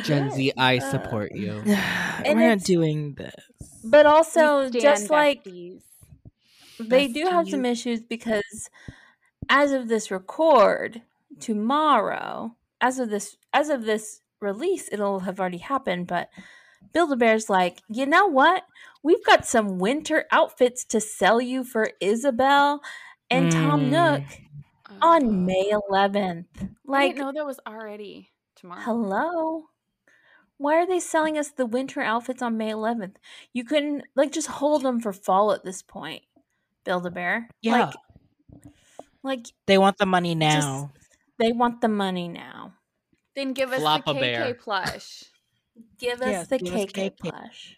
[SPEAKER 4] Gen Z, I support you.
[SPEAKER 1] Uh, we're not
[SPEAKER 6] it's-
[SPEAKER 1] doing this.
[SPEAKER 6] But also,
[SPEAKER 2] We
[SPEAKER 6] just
[SPEAKER 2] stand
[SPEAKER 6] like
[SPEAKER 2] besties.
[SPEAKER 6] they do have some issues because as of this record tomorrow as of this as of this release it'll have already happened but build-a-bear's like you know what we've got some winter outfits to sell you for isabel and tom
[SPEAKER 1] Mm.
[SPEAKER 6] nook on may 11th
[SPEAKER 2] oh, I
[SPEAKER 6] like
[SPEAKER 2] didn't know that was already tomorrow.
[SPEAKER 6] hello why are they selling us the winter outfits on may 11th you couldn't like just hold them for fall at this point build-a-bear
[SPEAKER 1] Yeah,
[SPEAKER 6] like like
[SPEAKER 1] they want the money now.
[SPEAKER 6] they want the money now.
[SPEAKER 2] Then give us the KK
[SPEAKER 4] Flop-a-bear.
[SPEAKER 2] plush.
[SPEAKER 6] Give us
[SPEAKER 1] Yes,
[SPEAKER 6] the
[SPEAKER 1] give us
[SPEAKER 6] KK
[SPEAKER 1] KK.
[SPEAKER 6] plush.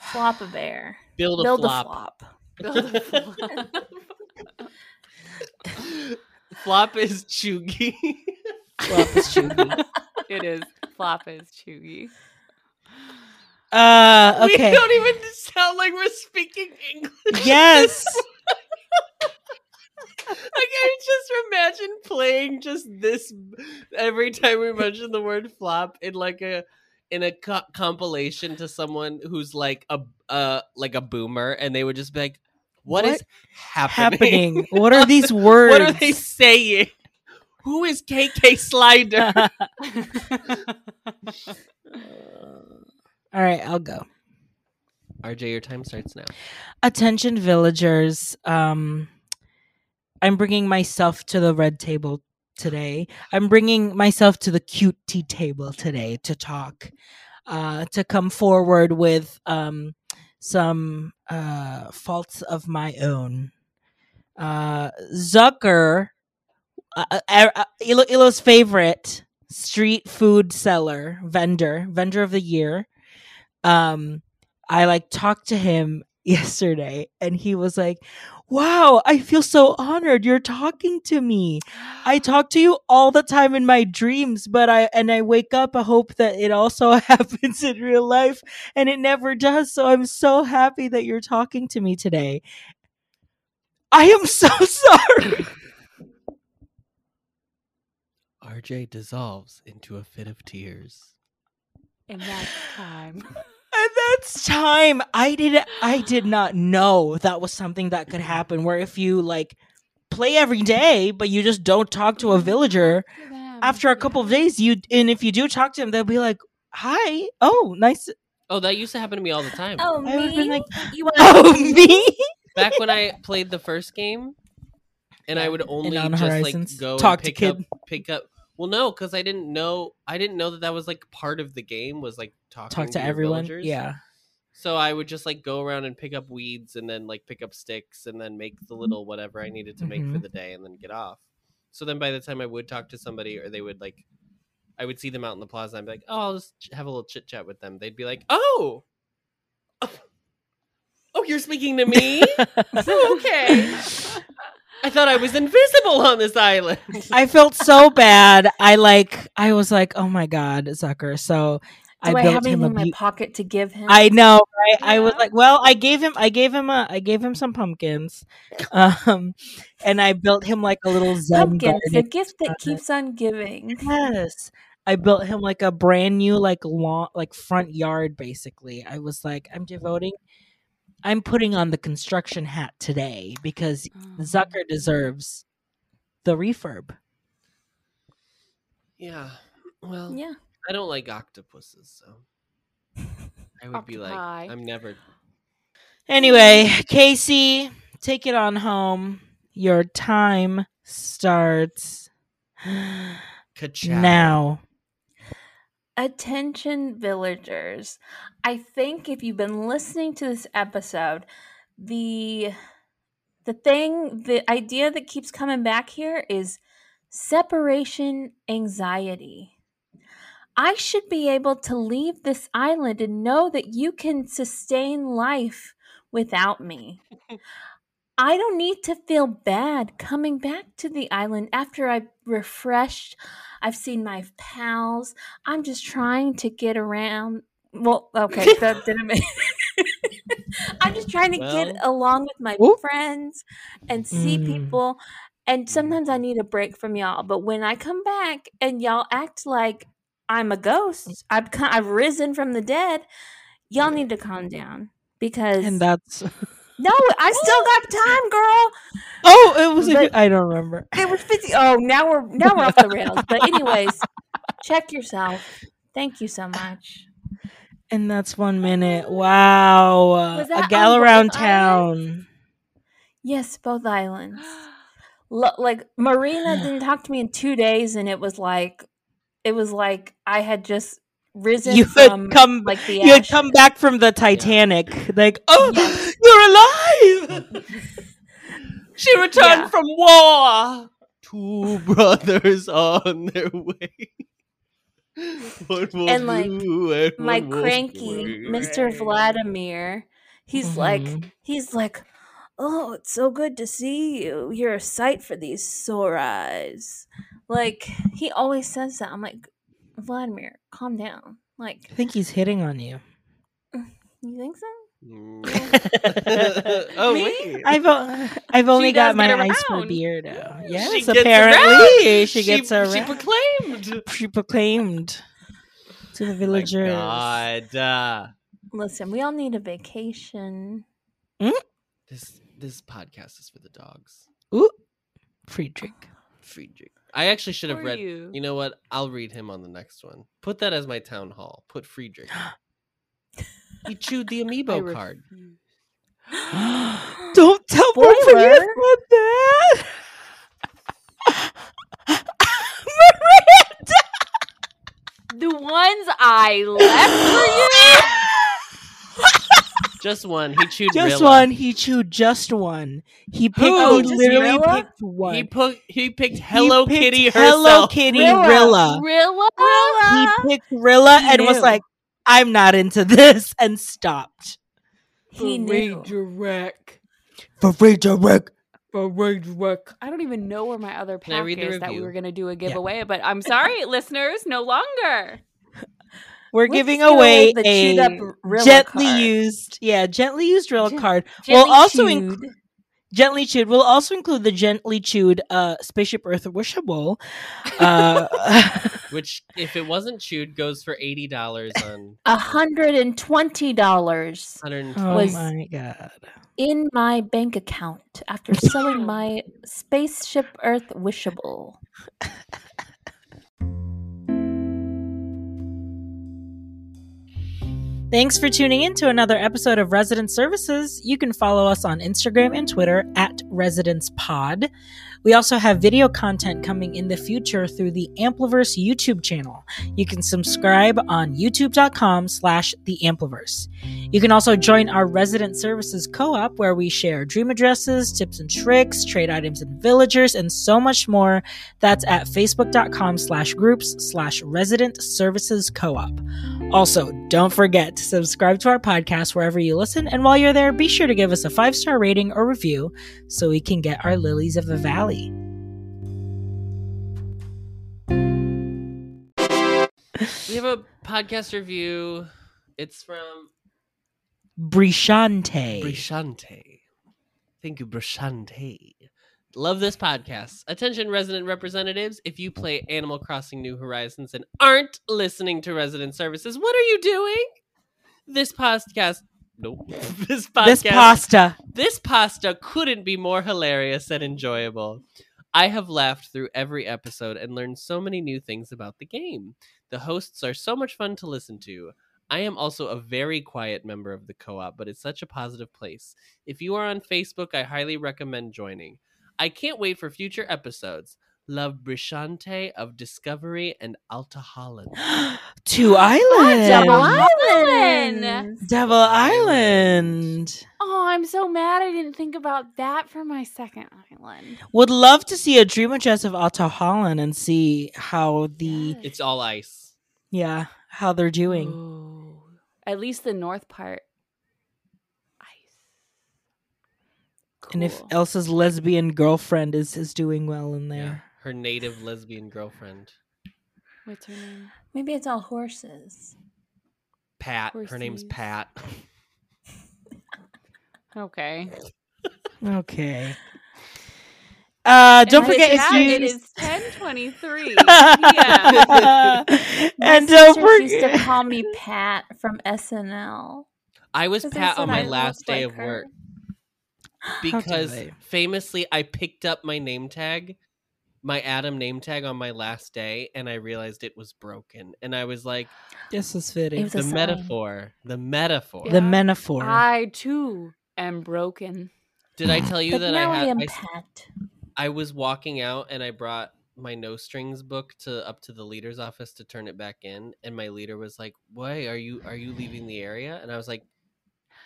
[SPEAKER 6] Flop a bear.
[SPEAKER 4] Build a
[SPEAKER 6] Build
[SPEAKER 4] flop.
[SPEAKER 6] a flop.
[SPEAKER 2] Build a flop.
[SPEAKER 4] Flop is chuggy.
[SPEAKER 1] Well, it's chewy.
[SPEAKER 2] it is flop is chuggy.
[SPEAKER 1] uh,
[SPEAKER 4] We
[SPEAKER 1] okay.
[SPEAKER 4] don't even sound like we're speaking English.
[SPEAKER 1] Yes.
[SPEAKER 4] Like I just imagine playing just this every time we mention the word flop in like a in a co- compilation to someone who's like a uh like a boomer, and they would just be like, what? is happening?
[SPEAKER 1] Happening. What are these words?
[SPEAKER 4] What are they saying? Who is KK Slider?
[SPEAKER 1] All right, I'll go.
[SPEAKER 4] RJ, your time starts now.
[SPEAKER 1] attention villagers um i'm bringing myself to the red table today i'm bringing myself to the cute tea table today to talk uh to come forward with um some uh faults of my own uh zucker uh, uh, uh, Ilo, ilo's favorite street food seller vendor vendor of the year um i like talked to him yesterday and he was like, Wow, I feel so honored you're talking to me. I talk to you all the time in my dreams, but I and I wake up, I hope that it also happens in real life and it never does. So I'm so happy that you're talking to me today. I am so sorry.
[SPEAKER 4] RJ dissolves into a fit of tears.
[SPEAKER 2] And that's time.
[SPEAKER 1] And that's time. I did I did not know that was something that could happen where if you like play every day but you just don't talk to a villager
[SPEAKER 2] To them.
[SPEAKER 1] after a couple of days, you and if you do talk to him, they'll be like, "Hi, oh, nice."
[SPEAKER 4] Oh, that used to happen to me all the time.
[SPEAKER 3] Oh,
[SPEAKER 1] I would have
[SPEAKER 3] me?
[SPEAKER 1] been like,
[SPEAKER 3] you want
[SPEAKER 1] "Oh, me."
[SPEAKER 4] Back when I played the first game, and I would only
[SPEAKER 1] on
[SPEAKER 4] just
[SPEAKER 1] Horizons,
[SPEAKER 4] like go and
[SPEAKER 1] talk to
[SPEAKER 4] pick
[SPEAKER 1] kid.
[SPEAKER 4] up, pick up. Well, no, because I didn't know. I didn't know that that was like part of the game was like talking
[SPEAKER 1] Talk to
[SPEAKER 4] your
[SPEAKER 1] everyone.
[SPEAKER 4] villagers.
[SPEAKER 1] Yeah.
[SPEAKER 4] So I would just like go around and pick up weeds and then like pick up sticks and then make
[SPEAKER 1] Mm-hmm.
[SPEAKER 4] the little whatever I needed to make for
[SPEAKER 1] Mhm.
[SPEAKER 4] the day and then get off. So then by the time I would talk to somebody or they would like, I would see them out in the plaza and I'd be like, oh, I'll just ch- have a little chit chat with them. They'd be like, oh, oh, you're speaking to me? Oh, okay. I thought I was invisible on this island.
[SPEAKER 1] I felt so bad. I like I was like, "Oh my god, Zucker." So
[SPEAKER 3] Do I,
[SPEAKER 1] built
[SPEAKER 3] have
[SPEAKER 1] him
[SPEAKER 3] anything
[SPEAKER 1] a
[SPEAKER 3] in my
[SPEAKER 1] beau-
[SPEAKER 3] pocket to give him?
[SPEAKER 1] I know, right? I was
[SPEAKER 2] Yeah.
[SPEAKER 1] like, well, I gave him, I gave him a, I gave him some pumpkins, um, and I built him like a little Zen
[SPEAKER 3] Pumpkins, the
[SPEAKER 1] garden.
[SPEAKER 3] gift that
[SPEAKER 1] garden.
[SPEAKER 3] keeps on giving.
[SPEAKER 1] Yes, I built him like a brand new like lawn, like front yard. Basically, I was like, I'm devoting, I'm putting on the construction hat today because
[SPEAKER 2] Oh.
[SPEAKER 1] Zucker deserves the refurb.
[SPEAKER 4] Yeah. Well,
[SPEAKER 3] Yeah.
[SPEAKER 4] I don't like octopuses, so I would be like,
[SPEAKER 2] Octopi.
[SPEAKER 4] I'm never.
[SPEAKER 1] Anyway, Casey, take it on home. Your time starts
[SPEAKER 4] Ka-chow.
[SPEAKER 1] now.
[SPEAKER 3] Attention villagers. I think if you've been listening to this episode, the the thing, the idea that keeps coming back here is separation anxiety. I should be able to leave this island and know that you can sustain life without me. I don't need to feel bad coming back to the island after I've refreshed. I've seen my pals. I'm just trying to get around. Well, okay, that didn't make. I'm just trying to
[SPEAKER 4] Well.
[SPEAKER 3] get along with my
[SPEAKER 1] Oop.
[SPEAKER 3] friends and see
[SPEAKER 1] Mm.
[SPEAKER 3] people. And
[SPEAKER 1] Mm-hmm.
[SPEAKER 3] sometimes I need a break from y'all. But when I come back and y'all act like I'm a ghost, I've co- I've risen from the dead. Y'all need to calm down because
[SPEAKER 1] And that's
[SPEAKER 3] no, I still got time, girl.
[SPEAKER 1] oh, it was. a
[SPEAKER 3] But-
[SPEAKER 1] good- I don't remember.
[SPEAKER 3] There was fifty. Oh, now we're now we're off the rails. But anyways, check yourself. Thank you so much.
[SPEAKER 1] And that's one minute. Wow,
[SPEAKER 3] Was
[SPEAKER 1] a
[SPEAKER 3] that
[SPEAKER 1] gal
[SPEAKER 3] on
[SPEAKER 1] around
[SPEAKER 3] both
[SPEAKER 1] town.
[SPEAKER 3] Yes, both islands. Lo- like Marina didn't talk to me in two days, and it was like, it was like I had just risen.
[SPEAKER 1] You had
[SPEAKER 3] from,
[SPEAKER 1] come-
[SPEAKER 3] like the
[SPEAKER 1] You had
[SPEAKER 3] ashes.
[SPEAKER 1] come back from the Titanic, like oh, you're alive.
[SPEAKER 4] She returned
[SPEAKER 3] Yeah.
[SPEAKER 4] from war. Two brothers on their way. One was
[SPEAKER 3] And, like,
[SPEAKER 4] blue and
[SPEAKER 3] my
[SPEAKER 4] one was
[SPEAKER 3] cranky
[SPEAKER 4] gray.
[SPEAKER 3] Mr. Vladimir. He's
[SPEAKER 1] Mhm.
[SPEAKER 3] like he's like, "Oh, it's so good to see you. You're a sight for these sore eyes." Like he always says that. I'm like, "Vladimir, calm down." Like,
[SPEAKER 1] I think he's hitting on you.
[SPEAKER 3] you think so?
[SPEAKER 4] Mm. oh
[SPEAKER 2] Me?
[SPEAKER 4] wait.
[SPEAKER 1] I've o- I've only got
[SPEAKER 2] does
[SPEAKER 1] my
[SPEAKER 2] get
[SPEAKER 1] eyes for
[SPEAKER 2] around.
[SPEAKER 1] Beardo. Yes,
[SPEAKER 4] gets
[SPEAKER 1] apparently she
[SPEAKER 4] She-
[SPEAKER 1] gets
[SPEAKER 4] she,
[SPEAKER 1] around.
[SPEAKER 4] proclaimed.
[SPEAKER 1] she proclaimed to the
[SPEAKER 4] My
[SPEAKER 1] villagers.
[SPEAKER 4] God, uh,
[SPEAKER 3] Listen, we all need a vacation.
[SPEAKER 4] this this podcast is for the dogs.
[SPEAKER 1] Ooh, free drink.
[SPEAKER 4] Friedrich. I actually should have
[SPEAKER 2] For
[SPEAKER 4] read. You.
[SPEAKER 2] you.
[SPEAKER 4] know what? I'll read him on the next one. Put that as my town hall. Put Friedrich. he chewed the
[SPEAKER 2] I
[SPEAKER 4] amiibo card.
[SPEAKER 2] refuse.
[SPEAKER 1] Don't tell Maria
[SPEAKER 3] Spoiler.
[SPEAKER 1] about that. Miranda.
[SPEAKER 2] The ones I left for you.
[SPEAKER 4] Just one. He chewed
[SPEAKER 1] Just
[SPEAKER 4] Rilla.
[SPEAKER 1] one. He chewed just one. He picked.
[SPEAKER 4] Who?
[SPEAKER 1] He
[SPEAKER 4] Just
[SPEAKER 1] literally
[SPEAKER 3] Rilla?
[SPEAKER 1] picked one.
[SPEAKER 4] He
[SPEAKER 1] He
[SPEAKER 4] picked. He picked Hello
[SPEAKER 1] picked
[SPEAKER 4] Kitty
[SPEAKER 1] Hello
[SPEAKER 4] herself.
[SPEAKER 1] Kitty
[SPEAKER 3] Rilla.
[SPEAKER 1] Rilla.
[SPEAKER 2] Rilla?
[SPEAKER 1] He picked Rilla
[SPEAKER 3] He
[SPEAKER 1] and was
[SPEAKER 3] knew.
[SPEAKER 1] like, "I'm not into this," and stopped.
[SPEAKER 3] He knew.
[SPEAKER 2] Redirect.
[SPEAKER 1] For free to work.
[SPEAKER 2] For redirect. I don't even know where my other
[SPEAKER 4] Can I
[SPEAKER 2] pack
[SPEAKER 4] read the
[SPEAKER 2] is that we
[SPEAKER 4] review?
[SPEAKER 2] were going to do a giveaway, but I'm sorry, listeners, no longer.
[SPEAKER 1] We're
[SPEAKER 3] Let's
[SPEAKER 1] giving
[SPEAKER 3] give
[SPEAKER 1] away
[SPEAKER 3] away the
[SPEAKER 1] a
[SPEAKER 3] chewed up Rilla
[SPEAKER 1] gently
[SPEAKER 3] card.
[SPEAKER 1] used, yeah, gently used Rilla
[SPEAKER 2] Gen-
[SPEAKER 1] card.
[SPEAKER 3] Gently
[SPEAKER 1] we'll also include.
[SPEAKER 3] chewed.
[SPEAKER 1] gently chewed. We'll also include the gently chewed uh, Spaceship Earth wishable. Uh,
[SPEAKER 4] Which, if it wasn't chewed, goes for eighty dollars
[SPEAKER 1] Oh
[SPEAKER 4] on
[SPEAKER 3] a hundred and twenty dollars
[SPEAKER 4] hundred and
[SPEAKER 1] oh
[SPEAKER 4] twenty.
[SPEAKER 3] Was-
[SPEAKER 1] my god!
[SPEAKER 3] in my bank account after selling my spaceship Earth wishable.
[SPEAKER 1] Thanks for tuning in to another episode of Resident Services. You can follow us on Instagram and Twitter at Residence Pod. We also have video content coming in the future through the Ampliverse YouTube channel. You can subscribe on youtube.com slash the Ampliverse. You can also join our resident services co-op where we share dream addresses, tips and tricks, trade items and villagers, and so much more. That's at facebook.com slash groups slash resident services co-op. Also, don't forget to subscribe to our podcast wherever you listen. And while you're there, be sure to give us a five star rating or review so we can get our lilies of the valley.
[SPEAKER 4] We have a podcast review. It's from
[SPEAKER 1] Brishante.
[SPEAKER 4] Brishante. Thank you, Brishante. Love this podcast. Attention, resident representatives. If you play Animal Crossing New Horizons and aren't listening to resident services, what are you doing? This podcast. Nope. this podcast.
[SPEAKER 1] this pasta.
[SPEAKER 4] This pasta couldn't be more hilarious and enjoyable. I have laughed through every episode and learned so many new things about the game. The hosts are so much fun to listen to. I am also a very quiet member of the co op, but it's such a positive place. If you are on Facebook, I highly recommend joining. I can't wait for future episodes. Love Brishante of Discovery and Alta Holland.
[SPEAKER 1] Two
[SPEAKER 3] Double
[SPEAKER 1] Island.
[SPEAKER 3] Island.
[SPEAKER 1] Devil Island.
[SPEAKER 2] Oh, I'm so mad I didn't think about that for my second island.
[SPEAKER 1] Would love to see a dream address of Otto Holland and see how the
[SPEAKER 2] Yes.
[SPEAKER 4] It's all ice.
[SPEAKER 1] yeah, how they're doing.
[SPEAKER 2] Ooh. At least the north part. Ice.
[SPEAKER 1] And if
[SPEAKER 2] Cool.
[SPEAKER 1] Elsa's lesbian girlfriend is is doing well in
[SPEAKER 4] Yeah.
[SPEAKER 1] there.
[SPEAKER 4] Her native lesbian girlfriend,
[SPEAKER 2] What's her name?
[SPEAKER 6] Maybe it's all horses.
[SPEAKER 4] Pat. Her name's
[SPEAKER 2] Horses.
[SPEAKER 4] Pat.
[SPEAKER 2] Okay.
[SPEAKER 1] Okay. Uh don't
[SPEAKER 2] And
[SPEAKER 1] forget
[SPEAKER 2] with
[SPEAKER 1] it's
[SPEAKER 2] that, It
[SPEAKER 1] you.
[SPEAKER 2] is 1023 p.m.
[SPEAKER 6] My
[SPEAKER 1] and don't
[SPEAKER 6] sisters used to
[SPEAKER 1] forget
[SPEAKER 6] call me Pat from SNL.
[SPEAKER 4] I was
[SPEAKER 6] 'Cause
[SPEAKER 4] Pat
[SPEAKER 6] that's
[SPEAKER 4] on
[SPEAKER 6] what
[SPEAKER 4] my
[SPEAKER 6] I
[SPEAKER 4] last
[SPEAKER 6] looked
[SPEAKER 4] day
[SPEAKER 6] like
[SPEAKER 4] of
[SPEAKER 6] her.
[SPEAKER 4] work because
[SPEAKER 1] they?
[SPEAKER 4] famously I picked up my name tag, my Adam name tag on my last day, and I realized it was broken. And I was like,
[SPEAKER 1] this is
[SPEAKER 6] It
[SPEAKER 1] fitting.
[SPEAKER 6] was a
[SPEAKER 4] the
[SPEAKER 6] sign.
[SPEAKER 4] metaphor, the metaphor.
[SPEAKER 1] The
[SPEAKER 2] Yeah.
[SPEAKER 1] metaphor.
[SPEAKER 2] I too am broken.
[SPEAKER 4] Did I tell you
[SPEAKER 6] But
[SPEAKER 4] that
[SPEAKER 6] now
[SPEAKER 4] I
[SPEAKER 6] I,
[SPEAKER 4] had
[SPEAKER 6] am
[SPEAKER 4] I, s-
[SPEAKER 6] Pat.
[SPEAKER 4] I was walking out and I brought my no strings book to up to the leader's office to turn it back in and my leader was like, "Why are you are you leaving the area?" And I was like,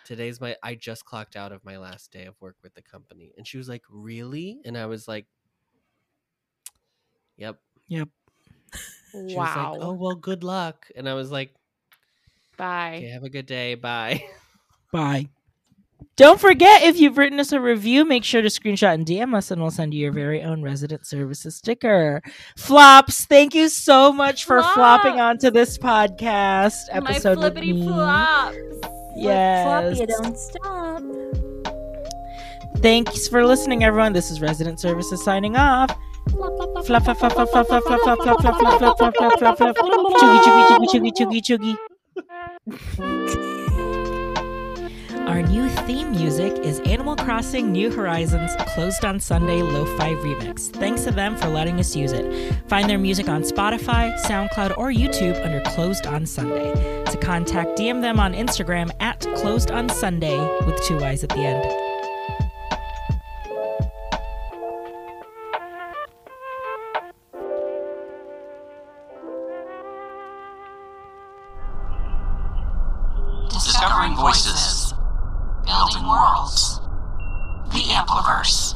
[SPEAKER 4] "Today's my I just clocked out of my last day of work with the company." And she was like, "Really?" And I was like, "Yep."
[SPEAKER 1] Yep.
[SPEAKER 4] She
[SPEAKER 2] wow.
[SPEAKER 4] was like, "Oh, well, good luck." And I was like,
[SPEAKER 2] Bye.
[SPEAKER 4] "Okay, have a good day. Bye."
[SPEAKER 1] Bye. Don't forget if you've written us a review, make sure to screenshot and DM us, and we'll send you your very own resident services sticker. Flops, thank you so much for flopping
[SPEAKER 2] Flops.
[SPEAKER 1] onto this podcast episode.
[SPEAKER 2] my
[SPEAKER 1] with
[SPEAKER 2] flippity
[SPEAKER 1] me.
[SPEAKER 2] flops.
[SPEAKER 1] Yes.
[SPEAKER 6] Floppy, don't stop.
[SPEAKER 1] Thanks for listening, everyone. This is Resident Services signing off. Flop, flop, flop, flop, flop, flop, flop, flop, flop, flop, flop, flop, flop, flop, flop, flop. Chuggy, chuggy, chuggy, chuggy, chuggy, chuggy. Our new theme music is Animal Crossing New Horizons Closed on Sunday Lo-Fi Remix. Thanks to them for letting us use it. Find their music on Spotify, SoundCloud, or YouTube under Closed on Sunday. To contact, DM them on Instagram at Closed on Sunday with two Y's at the end.
[SPEAKER 7] Discovering voices. Building worlds. The Ampliverse.